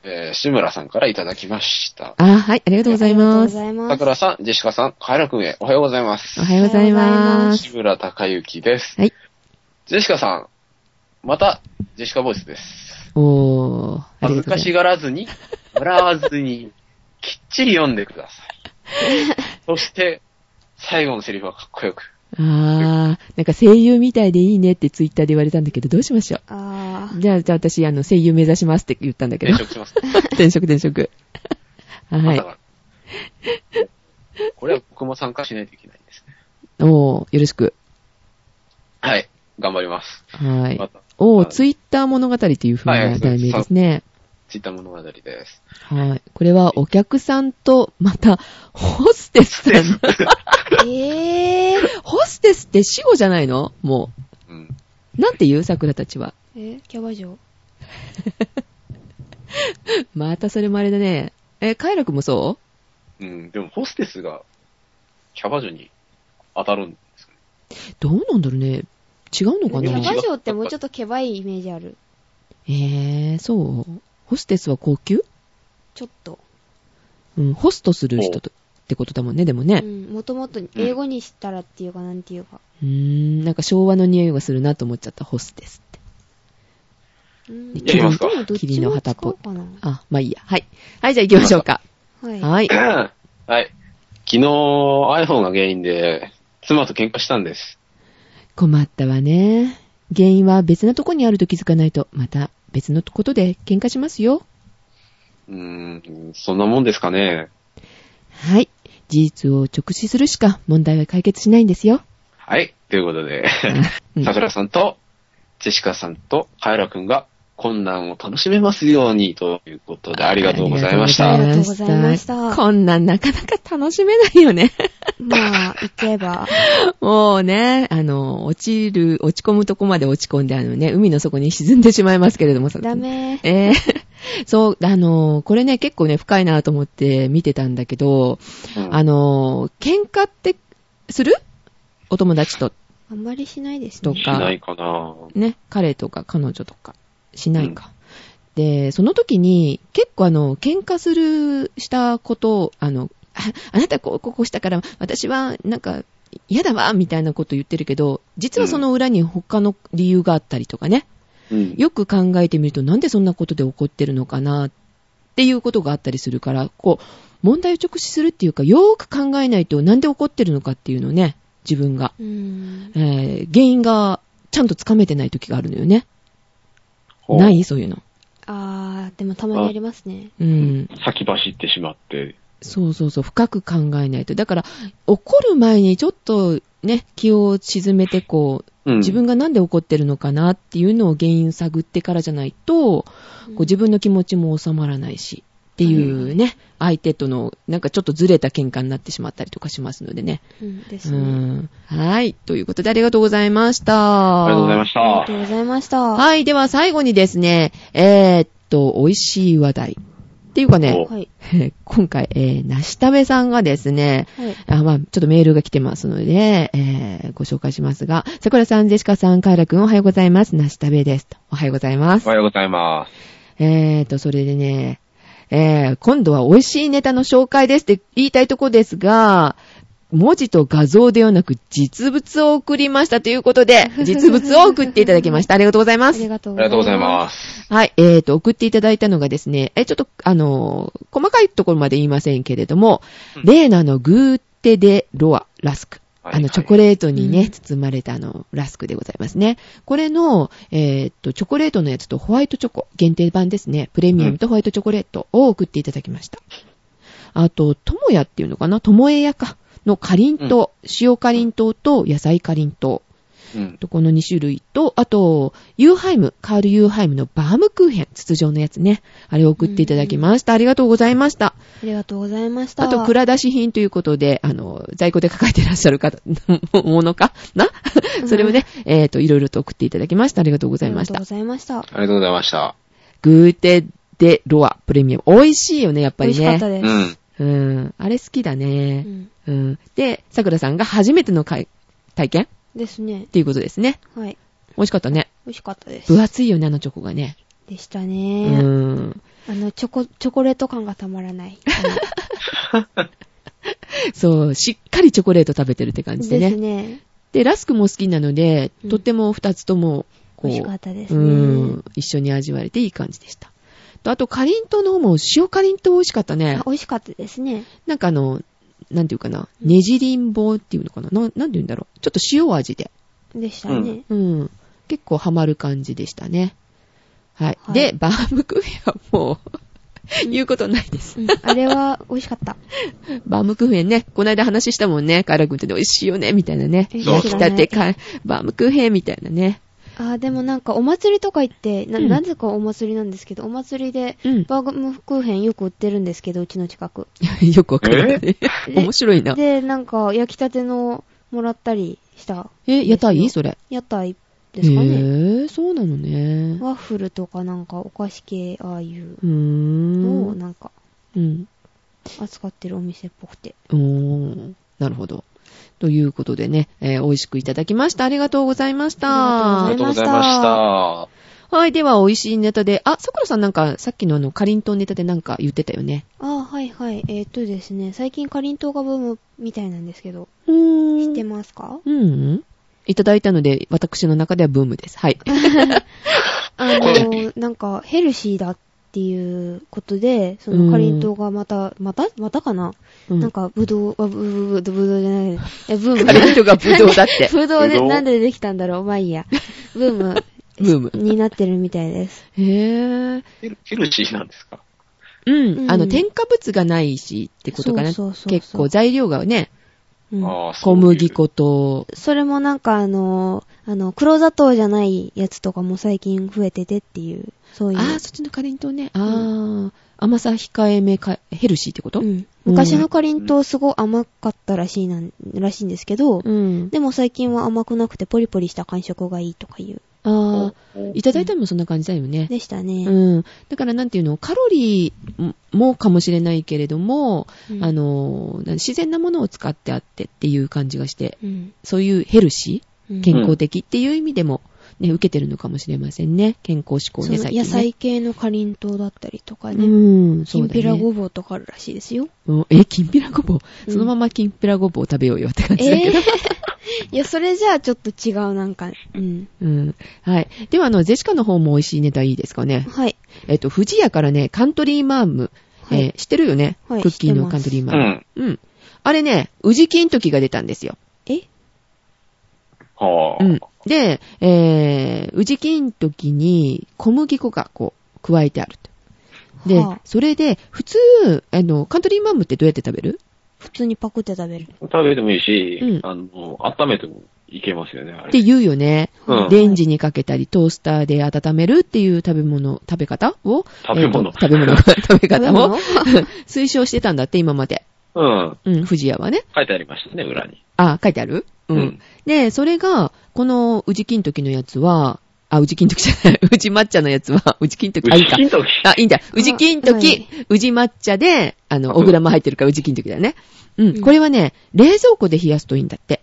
S1: えー、志村さんからいただきました。
S3: あ、はい、ありが
S2: あ
S3: と
S2: りがと
S3: うございう
S2: ご
S3: ます。
S2: ざいます。
S1: 桜さん、ジェシカさん、カエラくんへおはようございます
S3: お。はようございま
S2: は
S3: す。
S1: 志村隆之です。
S3: はい。
S1: ジェシカさん、また、ジェシカボイスです。
S3: おー、あ
S1: 恥ず
S3: りがとうございま
S1: か
S3: す
S1: し。がらずに、笑わずに、きっちり読んでくださ い。そして、最後のセリフはかっこよく。
S3: あー、なんか声優みたいでいいねってツイッターで言われたんだけど、どうしましょう。
S2: あー
S3: じゃあ、じゃあ私、あの、声優目指しますって言ったんだけど
S1: 転。職します。
S3: 転職、転職。 は
S1: 朝
S3: い。
S1: からこれは僕も参加しないといけないんですね。
S3: おー、よろしく。
S1: はい。頑張ります。
S3: はい
S1: ま。た、
S3: おー、ツイッター物語という風
S1: はいは
S3: ない題名ですね。
S1: ツイッター物語 です。
S3: はい。これはお客さんと、また、ホステスさん。
S2: えー
S3: ホステスって死語じゃないのも
S1: うん。
S3: う。なんて言う桜たちは。
S2: え、キャバ嬢
S3: またそれもあれだね。え、カイラくんもそ
S1: うん。でも、ホステスが、キャバ嬢に当たる んですかね。
S3: うどうなんだろうね。違うのか
S2: キ
S3: な
S2: ャ
S1: い
S2: バ
S1: や
S2: 嬢ってもうちょっとケバいイメージある。
S3: えー、そう。ホステスは高級
S2: ちょっと。
S3: うん、ホストする人とってことだもんね、でもね
S2: う。ん、もともと英語にしたらっていうかなんていうか。
S3: うーん、なんか昭和の匂いがするなと思っちゃった、ホステスって。
S2: うん。
S1: やりますか
S2: でもどっちも使おうかな。
S3: あ、まあいいや。はい。はい、じゃあ行きましょうか。
S2: はい。
S3: はい。
S1: はい。昨日、iPhone が原因で、妻と喧嘩したんです。
S3: 困ったわね。原因は別なとこにあると気づかないと、また別のことで喧嘩しますよ。
S1: うーん、そんなもんですかね。
S3: はい。事実を直視するしか問題は解決しないんで すよ。
S1: はい。ということで、
S3: うん
S1: 桜さんと、ジェシカさんと、カエラくんが、困難を楽しめますように、ということで、ありがとうございまし
S2: あ
S1: た。
S2: りがとうございました
S3: こんなんなかなか楽しめないよね。
S2: まあ、言っちゃえ ば。
S3: もうね、あの、落ちる、落ち込むとこまで落ち込んで、あのね、海の底に沈んでしまいますけれども、さ
S2: ダ。メ。
S3: えー そう、あの、これね、結構ね、深いなと思って見てたんだけど、
S1: うん
S3: あの、喧嘩って、するお友達と、
S2: あんまりしないです
S3: と
S2: ね。
S1: し
S3: か。
S1: ないかな
S3: ね、彼とか彼女とかしないか。で、その時に結構あの、喧嘩する、したことを、あの、 ああなたこう、こうこうしたから、私はなんか、嫌だわ、みたいなこと言ってるけど、実はその裏に他の理由があったりとかね、
S1: うん。
S3: よく考えてみるとなんでそんなことで怒ってるのかな、っていうことがあったりするから、こう、問題を直視するっていうか、よーく考えないとなんで怒ってるのかっていうのをね、自分が、
S2: うん
S3: え。ー原因がちゃんとつかめてない時があるのよね。
S1: ほう
S3: ないそういうの。
S2: あー、でもたまにありますね。
S3: うん。
S1: 先走ってしまって。
S3: そうそうそう。深く考えないと。だから、怒る前にちょっとね、気を沈めて、こう、
S1: うん
S3: 自分がなんで怒ってるのかなっていうのを原因探ってからじゃないと、こ
S2: うん
S3: う自分の気持ちも収まらないし、っていうね、相手との、なんかちょっとずれた喧嘩になってしまったりとかしますのでね。
S2: うんで
S3: う
S2: すね。
S3: ん。はい。ということでありがとうございました。
S1: ありがとうございまし
S2: あり
S1: た
S2: がと。うございました。は
S3: はい。では最後にですね、えーっと、美味しい話題。っていうかね、
S1: お
S2: い。
S3: 今回、えー、なしたべさんがですね、
S2: はい。
S3: あまあ、ちょっとメールが来てますので、えー、ご紹介しますが、桜さん、ジェシカさん、カイラくん、おはようございます。なしたべです。おはようございます
S1: お。はようございます。
S3: えーと、それでね、えー、今度は美味しいネタの紹介ですって言いたいとこですが、文字と画像ではなく実物を送りましたというこ とで、実物を送っていただきました。ありがとうござい
S2: あ
S3: ます。
S2: りがとう
S1: あ
S2: ご
S1: り
S2: ざ
S1: がと
S2: います。
S1: うございます。
S3: はい、えーと、送っていただいたのがですね、え、ちょっと、あのー細かいところまで言いませんけれども、
S1: うん
S3: レーナのグーテ・デ・ロア・ラスク。
S4: はい
S3: あの、
S4: はい
S3: チョコレートに
S2: う
S3: ね、
S2: ん
S3: 包まれたあの、ラスクでございますね。これの、えーっと、チョコレートのやつとホワイトチョコ、限定版ですね。プレミアムとホワイトチョコレートを送っていただきました。あと、ともやっていうのかなともえやか。のかりんとう、塩かりんとうと野菜かりんとう。
S1: うん。
S3: と、この2種類と、あと、ユーハイム、カール・ユーハイムのバームクーヘン、筒状のやつね。あれを送っていただきました。ありがとうございました。
S2: ありがとうございました。
S3: あと、蔵出し品ということで、あの、在庫で抱えてらっしゃる方、もの かなそれをね、えっ、と、いろいろと送っていただきました。ありがとうございまし
S2: ありがとう
S3: た
S2: ご。ざいました。
S1: ありがとうございました。
S3: グーテ・デ・ロア、プレミアム。美味しいよね、やっぱ
S2: 美味
S3: り
S2: しかった
S3: ね。
S1: う
S2: です。
S1: ん。
S3: うん。あれ好きだね
S2: う。ん
S3: うん。で、桜さんが初めての会体験っ
S2: ですね。
S3: ていうことですね。
S2: はい。
S3: 美味しかったね。
S2: 美味しかったです。
S3: 分厚いよね、あのチョコがね。
S2: でした
S3: う
S2: ね。
S3: ん。
S2: あの、チョコ、チョコレート感がたまらない。
S3: そう、しっかりチョコレート食べてるって感じで
S2: です
S3: ね。
S2: ね。
S3: で、ラスクも好きなので
S2: う、ん
S3: とっても二つとも、こ
S2: 美
S3: う、
S2: 味しかったです
S3: う
S2: ね
S3: ん。。一緒に味わえていい感じでした。とあと、かりんとうの方も、塩かりんとう美味しかったね
S2: あ。美味しかったですね。
S3: なんかあの、なんていうかな、ねじりんぼうっていうのかなななんていうんだろう。ちょっと塩味で。
S2: でしたね。
S3: うん。結構ハマる感じでしたね。はい。
S2: はい
S3: で、バームクーヘンはもう、言うことないです。
S2: うんあれは美味しかった。
S3: バームクーヘンね、この間話したもんね、カラ君とね、美味しいよね、みたいなね。
S2: 美味しいよね
S3: 焼きたてか、バームクーヘンみたいなね。
S2: あー、でもなんかお祭りとか行って、な、
S3: うん
S2: なぜかお祭りなんですけど、お祭りで
S3: うん、
S2: バームクーヘンよく売ってるんですけど、うちの近く。
S3: よくわかるわね。
S2: え
S3: 面白いな。
S2: で、なんか焼きたてのもらったりした。
S3: え、屋台それ。
S2: 屋台ですかね。
S3: へえ、そうなのね。
S2: ワッフルとかなんかお菓子系、ああいう
S3: うーん。
S2: のをなんか
S3: うん。
S2: 扱ってるお店っぽくて。
S3: おーなるほど。ということでね、えー美味しくいただきました。ありがとうございまし
S2: あ
S3: た。
S1: あり
S2: り
S1: がとう
S2: がとうご
S1: ご
S2: ざ
S1: ざいま
S2: いまし
S1: したた。
S3: はい、では美味しいネタで、あ、さくらさんなんかさっきのあの、かりんとうネタでなんか言ってたよね。
S2: ああ、はいはい。えーっとですね、最近かりんとうがブームみたいなんですけど、
S3: うー
S2: 知
S3: ん
S2: ってますか
S3: うんうん。いただいたので、私の中ではブームです。はい。
S2: あの、なんか、ヘルシーだっていうことで、その、かりんとうがまた、またまたかな、
S3: うん
S2: なんか、ぶどう、あぶぶぶぶぶどうじゃない、え、ブ ーム。
S3: かりんとうがぶどうだって。
S2: ぶどう
S1: ぶ
S2: で、
S1: どう
S2: なんでできたんだろう、まあいいや。ブーム
S3: ブーム。
S2: になってるみたいです。
S3: へー。
S1: ヘルヘルシーなんですか
S3: うん。あ
S2: う
S3: の、
S2: ん
S3: 添加物がないしってことかな。
S2: そうそうそうそう
S3: 結構材料がね、
S2: うん
S1: ああ、そう
S3: 小
S1: いう
S3: 麦。粉と、
S2: それもなんか、あの、あの、黒砂糖じゃないやつとかも最近増えててっていう、そういう。
S3: ああ、そっちのかりんとうね。ああ、甘さ控えめか、ヘルシーってこと
S2: うん、昔のかりんとうすごい甘かったらしいなん、らしいんですけど、
S3: うん。
S2: でも最近は甘くなくてポリポリした感触がいいとかいう。
S3: ああ、
S1: おお
S3: いただいたのもそんな感じだよね。
S2: でしたね。
S3: うん。だからなんていうの、カロリーもかもしれないけれども、
S2: うん
S3: あ、の、なん自然なものを使ってあってっていう感じがして、
S2: うん。
S3: そういうヘルシ
S2: うん
S3: ー、健康的っていう意味でも、ね、受けてるのかもしれませんね。健康志向
S2: そ
S3: ね、
S2: の
S3: 最近、ね。
S2: 野菜系のかりんとうだったりとかね。
S3: うん、そ
S2: きん
S3: うだね。
S2: ぴらごぼうとかあるらしいですよ。
S3: うんえ、きんぴらごぼう、
S2: うん
S3: そのままきんぴらごぼうを食べようよって感じだけ
S2: え
S3: ど。
S2: ー いや、それじゃあちょっと違うなんか、うん。
S3: うん。はい。では、あの、ジェシカの方も美味しいネタいいですかね。
S2: はい。
S3: えっと、富士屋からね、カントリーマーム、
S2: はい
S3: えー知ってるよね、
S2: はい
S3: クッキーのカントリーマ
S1: う
S3: ーム。
S1: ん。
S3: うん。あれね、宇治金時が出たんですよ。
S2: え
S1: はあ。
S3: うん。で、えー、宇治金時に小麦粉がこう、加えてあると。で、
S2: はあ
S3: それで、普通、あの、カントリーマームってどうやって食べる
S2: 普通にパクって食べる。
S4: 食べてもいいし、
S3: うん
S4: あの、温めてもいけますよね、あ
S3: って
S4: れ。
S3: 言うよね。
S4: うん
S3: レンジにかけたり、トースターで温めるっていう食べ物、食べ方を
S4: 食べ物
S3: えーと食 べ物、食べ
S2: 食べ
S3: 方
S2: 物
S3: を 推奨してたんだって、今まで。
S4: うん。
S3: うん、富士屋はね。
S4: 書いてありましたね、裏に。
S3: あ、書いてあるうん。
S4: うん
S3: で、それが、この、宇治金時のやつは、あ、宇治金時じゃない、 宇治抹茶のやつは、宇治金時、あ、いいか。
S4: 金時。
S3: あ、いいんだ。宇治金
S2: は
S3: 時
S2: い、
S3: 宇治抹茶で、あの、小倉も入ってるから宇治金時だよね。う
S2: うん
S3: ん。これはね、冷蔵庫で冷やすといいんだって。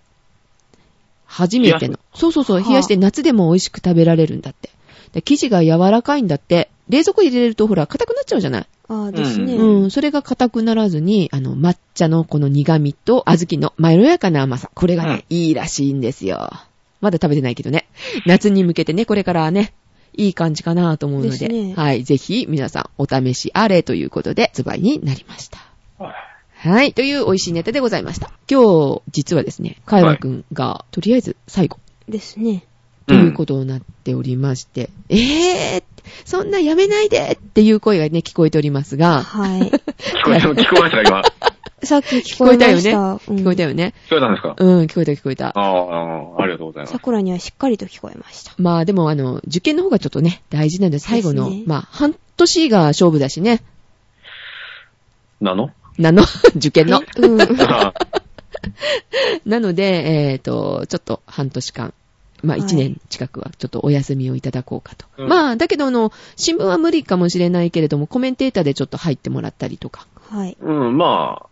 S3: 初めて
S4: 冷や
S3: の。そうそうそう、冷やして夏でも美味しく食べられるんだって。で生地が柔らかいんだって。冷蔵庫入れるとほら、硬くなっちゃうじゃない。
S2: ああ、ですね。
S3: うん、それが硬くならずに、あの、抹茶のこの苦味と小豆のまろやかな甘さ。これがね、いいらしいんですよ。まだ食べてないけどね。夏に向けてね、これからね、いい感じかなと思うの
S2: です
S3: で、
S2: ね
S3: はい、ぜひ皆さんお試しあれということで、ズバイになりました。
S4: はい
S3: はい。という美味しいネタでございました。今日、実はですね、カイワくんが、とりあえず最後、
S2: ですね。
S3: ということになっておりまして、えーそんなやめないでっていう声がね、聞こえておりますが、
S2: はい。
S1: 聞こえ、聞こえましたか今。聞
S2: さっき聞
S3: 聞
S2: こ
S3: こ
S2: え
S3: えた
S2: ま
S3: よ
S2: し
S3: ね。
S2: た。
S3: 聞こえた
S2: よ。
S3: よね。
S1: こえたんです か
S3: うん、聞こえた聞こえた。
S1: ああ、ありがとうございます。
S2: 桜にはしっかりと聞こえました。
S3: まあでもあの、受験の方がちょっとね、大事なんで、最後の、
S2: ですね
S3: まあ、半年が勝負だしね。
S1: なの
S3: なの、 受験の。
S2: えうん。
S1: あ
S3: なので、えっ、と、ちょっと半年間、まあ
S2: はい
S3: 一年近くはちょっとお休みをいただこうかと。
S1: うん
S3: まあ、だけどあの、新聞は無理かもしれないけれども、コメンテーターでちょっと入ってもらったりとか、
S2: はい。
S1: うん、まあ、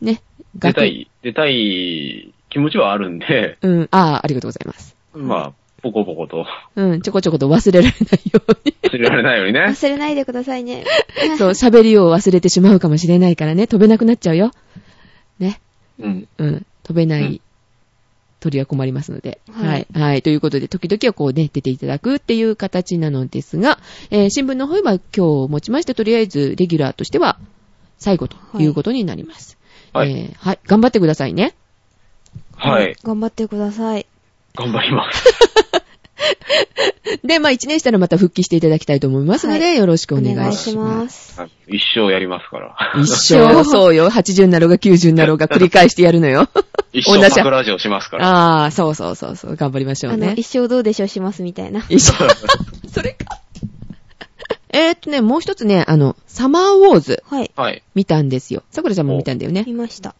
S3: ね。
S1: 出た
S3: 学。
S1: い、出たい気持ちはあるんで、
S3: うん、ああ、ありがとうございます。
S1: まあ、ポコポコと
S3: うん、ちょこちょこと忘れられないよう に。
S1: 忘れられないようにね。
S2: 忘れないでくださいね。
S3: そう、喋りを忘れてしまうかもしれないからね、飛べなくなっちゃうよ。ね。
S1: うん。
S3: うん、飛べな
S1: う
S3: い
S1: ん
S3: 鳥は困りますので。は
S2: はいい。
S3: はい。ということで、時々はこうね、出ていただくっていう形なのですが、えー新聞の方は今日をもちまして、とりあえずレギュラーとしては最後ということになります。
S1: はい
S3: えーはい。頑張ってくださいね。
S1: はい。
S2: 頑張ってください。
S1: 頑張ります。
S3: で、まあ1年したらまた復帰していただきたいと思いますので、
S2: は
S3: よろしく
S2: お
S3: お願
S2: 願
S3: い
S2: い
S3: し
S2: し
S3: ま。
S2: ますす。
S1: はい一生やりますから。
S3: 一生、そうよ。80になろうが90になろうが繰り返してやるのよ。
S1: 一生桜ラジオしますから。
S3: ああ、そうそうそうそう。頑張りましょ
S2: あ
S3: う
S2: の、
S3: ね。
S2: 一生どうでしょうしますみたいな。
S3: 一 緒。それか。えーっとね、もう一つね、あの、サマーウォーズ
S2: はい。
S1: はい。
S3: 見たんですよ。さくらちゃんも見たんだよね
S2: 見。ました。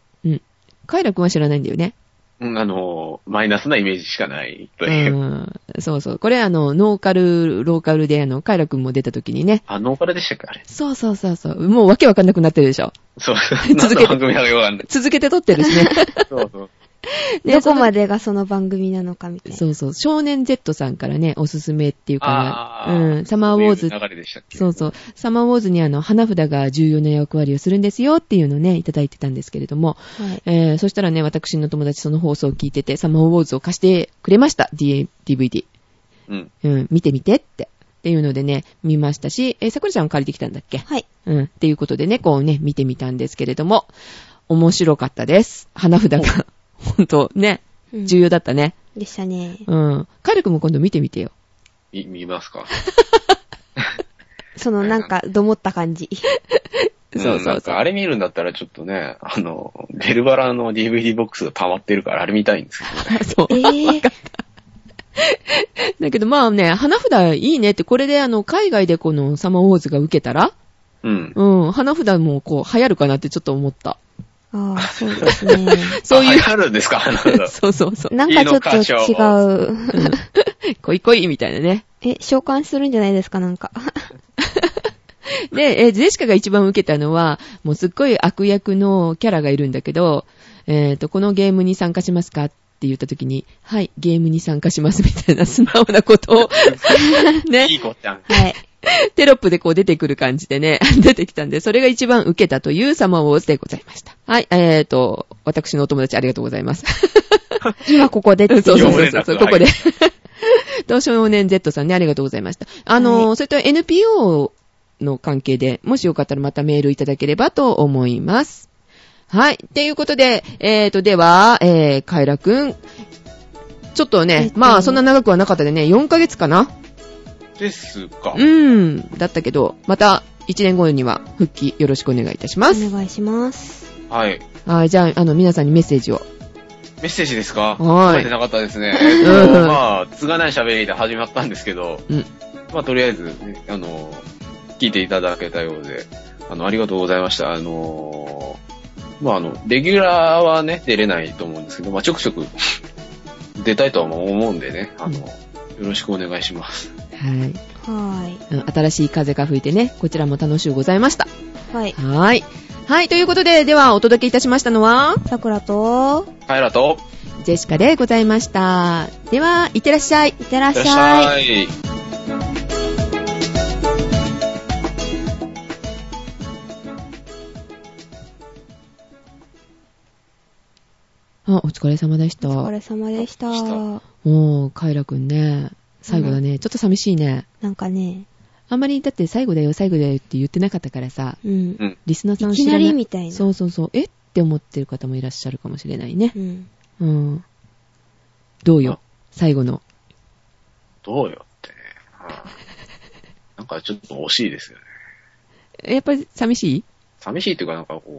S3: カイラくんは知らないんだよね。
S1: うんあの、マイナスなイメージしかないと
S3: う
S1: いう。
S3: ん。そうそう。これあの、ノーカル、ローカルで、あの、カイラくんも出た時にね。
S1: あ、ノーカルでしたっけあれ。
S3: そうそうそうそう。もうわけわかんなくなってるでしょ。
S1: そう。
S3: て
S1: 何の番組なのかわかんない。
S3: 続けて撮ってるし ね。
S1: そうそう。
S2: どこま
S3: で
S2: でがその番組なのかみたいな。
S3: そうそう。少年 Z さんからね、おすすめっていうか
S1: あー
S3: うん。サマーウォーズ
S1: そういう流れでしたっけ
S3: そうそう。サマーウォーズにあの、花札が重要な役割をするんですよっていうのをね、いただいてたんですけれども、
S2: はい。
S3: えー、そしたらね、私の友達その放送を聞いてて、サマーウォーズを貸してくれました、D、DVD。
S1: うん。
S3: うん、見てみてって。っていうのでね、見ましたし、えー、桜ちゃんは借りてきたんだっけ
S2: はい。
S3: うん。っていうことでね、こうね、見てみたんですけれども、面白かったです。花札が、 本当ね、
S2: うん
S3: 重要だったね。
S2: でしたね。
S3: うん。カイル君も今度見てみてよ。
S1: い見ますか。
S2: そのなんか、どもった感 じ。
S3: そう
S1: な
S3: そうんそ
S1: か
S3: う。
S1: あれ見るんだったらちょっとね、あの、ベルバラの DVD ボックスが溜まってるから、あれ見たいんですけど。
S3: そう。
S2: えぇ、
S3: だけどまあね、花札いいねって、これであの、海外でこのサマーウォーズが受けたら、
S1: うん。
S3: うん、花札もこう、流行るかなってちょっと思った。
S2: ああ、そうですね。
S3: そういう、
S1: ああるんですかなんか
S3: そうそうそう。
S2: なんかちょっと違う。
S3: こいこいみたいなね。
S2: え、召喚するんじゃないですか、なん か。
S3: で、えーゼシカが一番受けたのは、もうすっごい悪役のキャラがいるんだけど、えっ、と、このゲームに参加しますかって言った時に、はい、ゲームに参加しますみたいな素直なことを、 ね
S1: い、い子ちゃん。
S2: はい。
S3: テロップでこう出てくる感じでね、 出てきたんで、それが一番受けたというサマーウォーズでございました。はい、えーと、私のお友達ありがとうございます。
S2: 今ここでってい
S3: そうそう
S2: う。
S3: そうそうそう、ここで。 東少年 Z さんね、ありがとうございました。あの、それと NPO の関係で、もしよかったらまたメールいただければと思います。はい。ということで、えーと、では、えー、カイラくん。ちょっと
S2: え
S3: ね
S2: っ、と
S3: まあ、そんな長くはなかったでね、4ヶ月かな
S1: ですか
S3: う。ーん、だったけど、また1年後には復帰よろしくお願いいたします
S2: お。願いします。
S1: はい。
S3: はい、じゃあ、あの、皆さんにメッセージを。
S1: メッセージですか
S3: はい
S1: 覚えてなかったですね。えっとまあ、つがない喋りで始まったんですけど、
S3: うん
S1: まあ、とりあえず、ねあの、聞いていただけたようで、あの、ありがとうございました。あの、まあ、あの、レギュラーはね、出れないと思うんですけど、まあ、ちょくちょく出たいとは思うんでね、あの、よろしくお願いします。
S3: はい。
S2: は
S3: うん新しい風が吹いてね、こちらも楽しゅうございました。
S2: ーい。はい。
S3: はい。はい、ということで、ではお届けいたしましたのは、
S2: さくらと、
S1: カエラと、
S3: ジェシカでございました。では、いってらっしゃい。
S2: いってらっ
S1: いらっ
S2: し
S1: し
S2: ゃ
S1: ゃ
S2: い。
S1: い。
S3: あ、お疲れ様でし
S2: お
S3: た
S2: 疲。れ様でした。
S1: した
S3: もう、カイラくんね、最後だね、ちょっと寂しいね。
S2: なんかね、
S3: あんまり、だって最後だよ、最後だよって言ってなかったからさ、
S2: うん
S1: う。ん。
S3: リスナーさん
S2: い
S3: 知
S2: き
S3: ら
S2: な
S3: ない
S2: りみたいな。
S3: そうそうそう。えって思ってる方もいらっしゃるかもしれないね
S2: う。ん。
S3: うん。どうよ最後の。
S1: どうよってね。うんなんかちょっと惜しいですよね。
S3: やっぱり寂しい
S1: 寂しいというかなんかこう、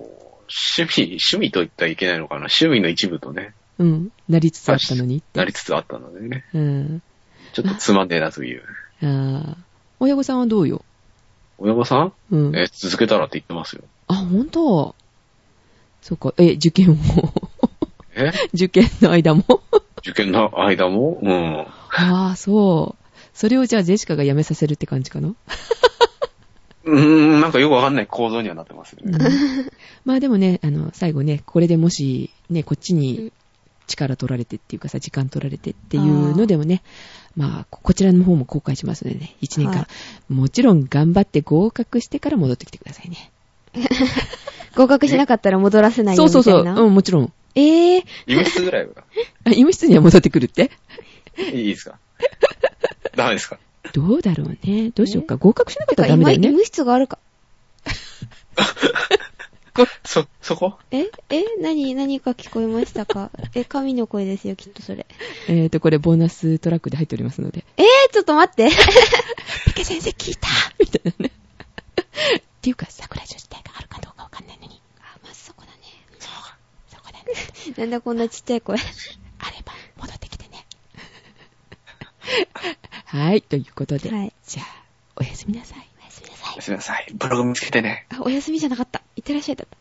S1: 趣味、 趣味と言ったらいけないのかな。趣味の一部とね、
S3: うん。なりつつあったのにって。
S1: なりつつあったのでね。
S3: うん。
S1: ちょっとつまんねえなという。
S3: ああ。親御さんはどうよ
S1: 親御さん
S3: うん。
S1: え、続けたらって言ってますよ。
S3: あ、本当そうか。え、受験も。
S1: え
S3: 受験の 間も。
S1: 受験の間もうん。
S3: ああ、そう。それをじゃあジェシカが辞めさせるって感じかな
S1: うーん、なんかよくわかんない構造にはなってますよね。
S3: まあでもね、あの、最後ね、これでもし、ね、こっちに力取られてっていうかさ、時間取られてっていうのでもね、まあ、ここちらの方も後悔しますのでね、1年間、
S2: は
S3: もちろん頑張って合格してから戻ってきてくださいね。
S2: 合格しなかったら戻らせないよ
S3: そう
S2: みた
S3: そ
S2: いうな。
S3: そう、うん、もちろん。
S2: ええ
S1: イメスぐらいは。
S3: あ、医務室には戻ってくるって
S1: いいですかダメですか
S3: どうだろうね。どうしようか。合格しなかった
S2: ー、
S3: らダ
S2: 今、
S3: メだよ
S2: 医
S3: ね。
S2: 務室があるか。
S1: そ、そこ
S2: ええ何、何か聞こえました かえ、神の声ですよ、きっとそれ。
S3: えっ、と、これ、ボーナストラックで 入っておりますので。
S2: えー、ちょっと待 って。
S3: ピケ先生 聞いたみたいなね。っていうか、桜女子大があるかどうかわかんないのに。
S2: あ、まずそこだね。
S3: そこだね。
S2: なんだこんなちっちゃい声。
S3: あれば戻ってきてね。 はい、ということで、
S2: はい
S3: じゃあ、おやすみなさい。おやすみなさい。
S1: すみません。ブログ見つけてね。
S2: あ、お休みじゃなかった。いってらっしゃいだった。